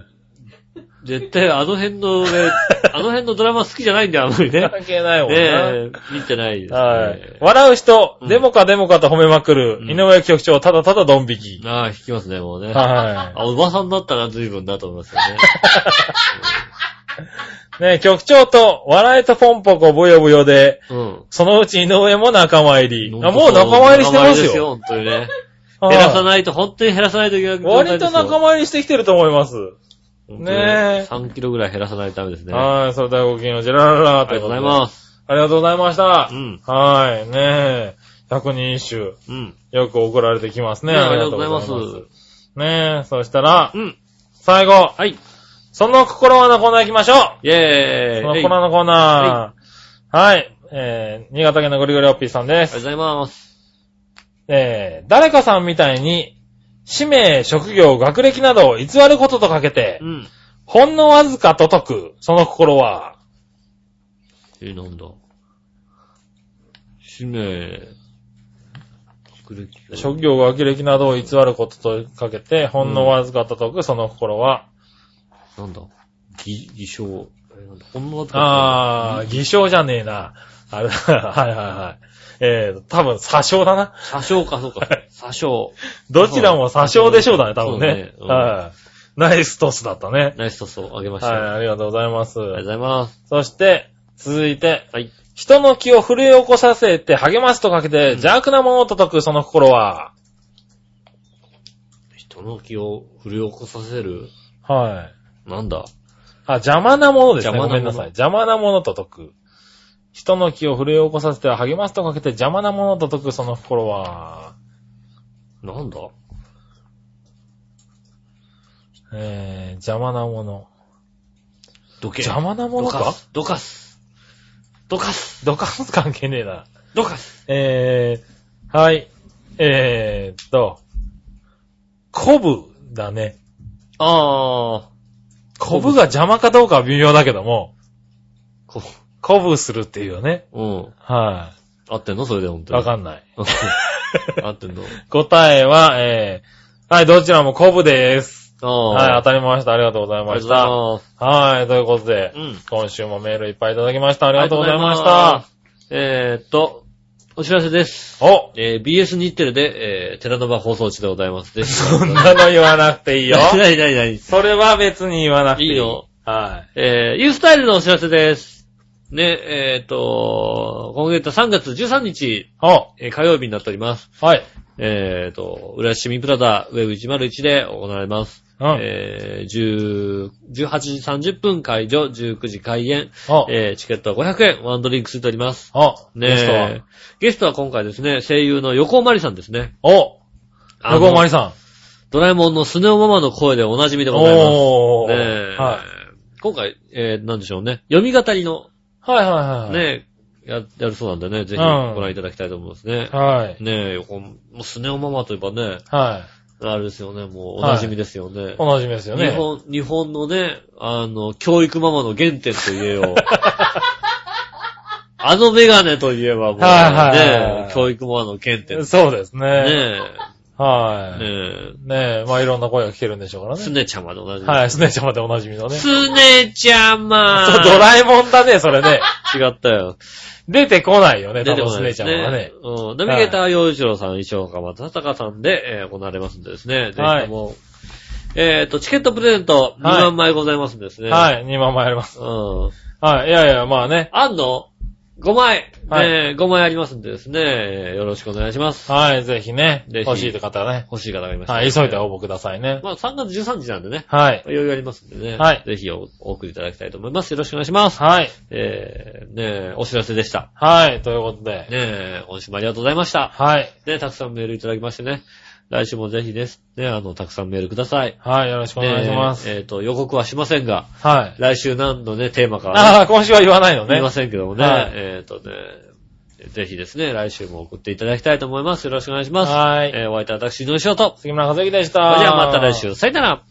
絶対あの辺のね、 (laughs) あの辺のドラマ好きじゃないんだよ、あんまりね。関係ないもんねね。え、見てないですね。はい。笑う人う、んデモかデモかと褒めまくるう、ん井上局長、ただただドン引 (laughs) き。ああ、引きますね、もうね。はあ、おばさんだったら随分だと思いますよね。い。ね局長と、笑いとポンポコブヨブヨで、うん。そのうち井上も仲間入り。あもう仲間入りしてますよ。本当にね。は減いらさないと、本当に減らさないといけない状態割ですよ。と仲間入りしてきてると思います。ねえ3キロぐらい減らさないためですね。あはい。それではごきげんよう、ジェラララりがとうございます。ありがとうございましたう。ん。はい、ねえ。百人一首。うん。よく送られてきますね。ねありがとうございます。ありがとうございます。ねえ、そしたらう、ん。最後、はい。その心はのコーナー行きましょうイェーイ。その心あのコーナー。はい。えー、新潟県のゴリゴリオッピーさんでりがとうごす。ざいます。えー、誰かさんみたいに、氏名、職業、学歴などを偽ることとかけてう、ん。ほんのわずかと解く、その心は、え、なんだ。氏名、作る気が職業、学歴などを偽ることとかけて、ほんのわずかと解く、その心は、なんだ。偽、偽証。えなんだほんのわずかあー、偽証じゃねえな。あれ、 (laughs) はいはいはい。えー、多分、詐称だな。詐称か、そうか。詐称。どちらも詐称でしょうだね、多分ね。そうだねうんはい。ナイストスだったね。ナイストスをあげましはい、た。あありがとうございます。りがとうございます。そして、続いて、はい。人の気を震え起こさせて励ますとかけて、邪悪なものを叩くその心は、人の気を振り起こさせる、はい。なんだ。あ、邪魔なものですね。邪魔なものごめんなさい。邪魔なものと解く。人の気を震え起こさせて励ますとかけて邪魔なものと解くその心は、なんだえー、邪魔なもの。どけ。邪魔なもどのかかす。どかす。どかす。ドカンス関係ねえな。どかす。えー、はい。えーっと、コブだね。あー。コブが邪魔かどうかは微妙だけども、こコブするっていうよね。う。うん。は合ってんのそれで本い。当に。わかんない。うん合ってんの答えは、えー、はい、どちらもコブです。ああ。はい、あ当たりました。ありがとうございりがまとうした。ございます。はい、ということで、うん今週もメールいっぱいいただきました。あありがとうございました。。えーっと、お知らせです。おえー、BS 日テレで、えー、テラノバ放送中でございます。ぜひ。そんなの言わなく (laughs) ていいよ。 (laughs) なになになにそれは別に言わなくていい。いいよ。はえー、ユースタイルのお知らせです。ね、えーっと、今月3月13日い。、おえー火曜日になっております。はい。えーっと、浦安市民プラザウェブ101で行われます。うん。えー、10 18時30分会場、19時開演。お、えー、チケットは500円、ワンドリンクついております。お、ねゲストはえ。ゲストは今回ですね、声優の横尾まりさんですね。お、横尾まりさん。さドラえもんのスネ夫ママの声でおなじみでん。ございます。おねー。えはい。今回、えー、なんでしょうね。読み語りの、はいはいはい。ねえ、や、やるそうなんでね、ぜひうごん覧いただきたいと思いますね。はい。ねえ、横、もうスネ夫ママといえばね、はあれですよね、もうおなじみですよね。い。おなじみですよね。日本、日本のね、あの、教育ママの原点とい (laughs) えよう。あのメガネといえばもう、はいはいはいね、教育ママの原点。ねそうですね。え、はい。ねねえ、まあいろんな声が聞けるんでしょうからえ、スね。ネちゃまで同じ。はい、スネちゃまでおなじみのね。そうスネちゃまドラえもんだね、それね。違ったよ。出てこないよね、多出て分こスないでネすちゃねんはね。うん。ナビゲーター洋一郎さん、衣装か、松坂さんで、えー行われますんでですね。ぜひとも。えっと、チケットプレゼント2万枚ございますんですね。い。はい、2万枚あります。うん。はい、いやいや、まあね。あんの ?5 枚。はいねえ、5枚ありますんでですね。えーよろしくお願いします。はい、ぜひね、ぜひ欲しいって方はね。欲しい方がいましたら。はい、急いで応募くださいね。まあ、3月13日なんでね。はい。余裕ありますんでね。はいぜひおお送りいただきたいと思います。よろしくお願いします。はい。えー、ねえ、お知らせでした。はい、ということで。ねえ、今週もありがとうございました。はい。ね、たくさんメールいただきましてね。来週もぜひです。ね、あの、たくさんメールください。はい、よろしくお願いします。ねえっ、と、予告はしませんが、はい。来週何のね、テーマかはああ、今週は言わないの言いねま。せんけどもね、はいえっ、とね、ぜひですね、来週も送っていただきたいと思います。よろしくお願いします。はいえー、お相手は私、井上翔と。杉村和之でした。それではまた来週。さよなら。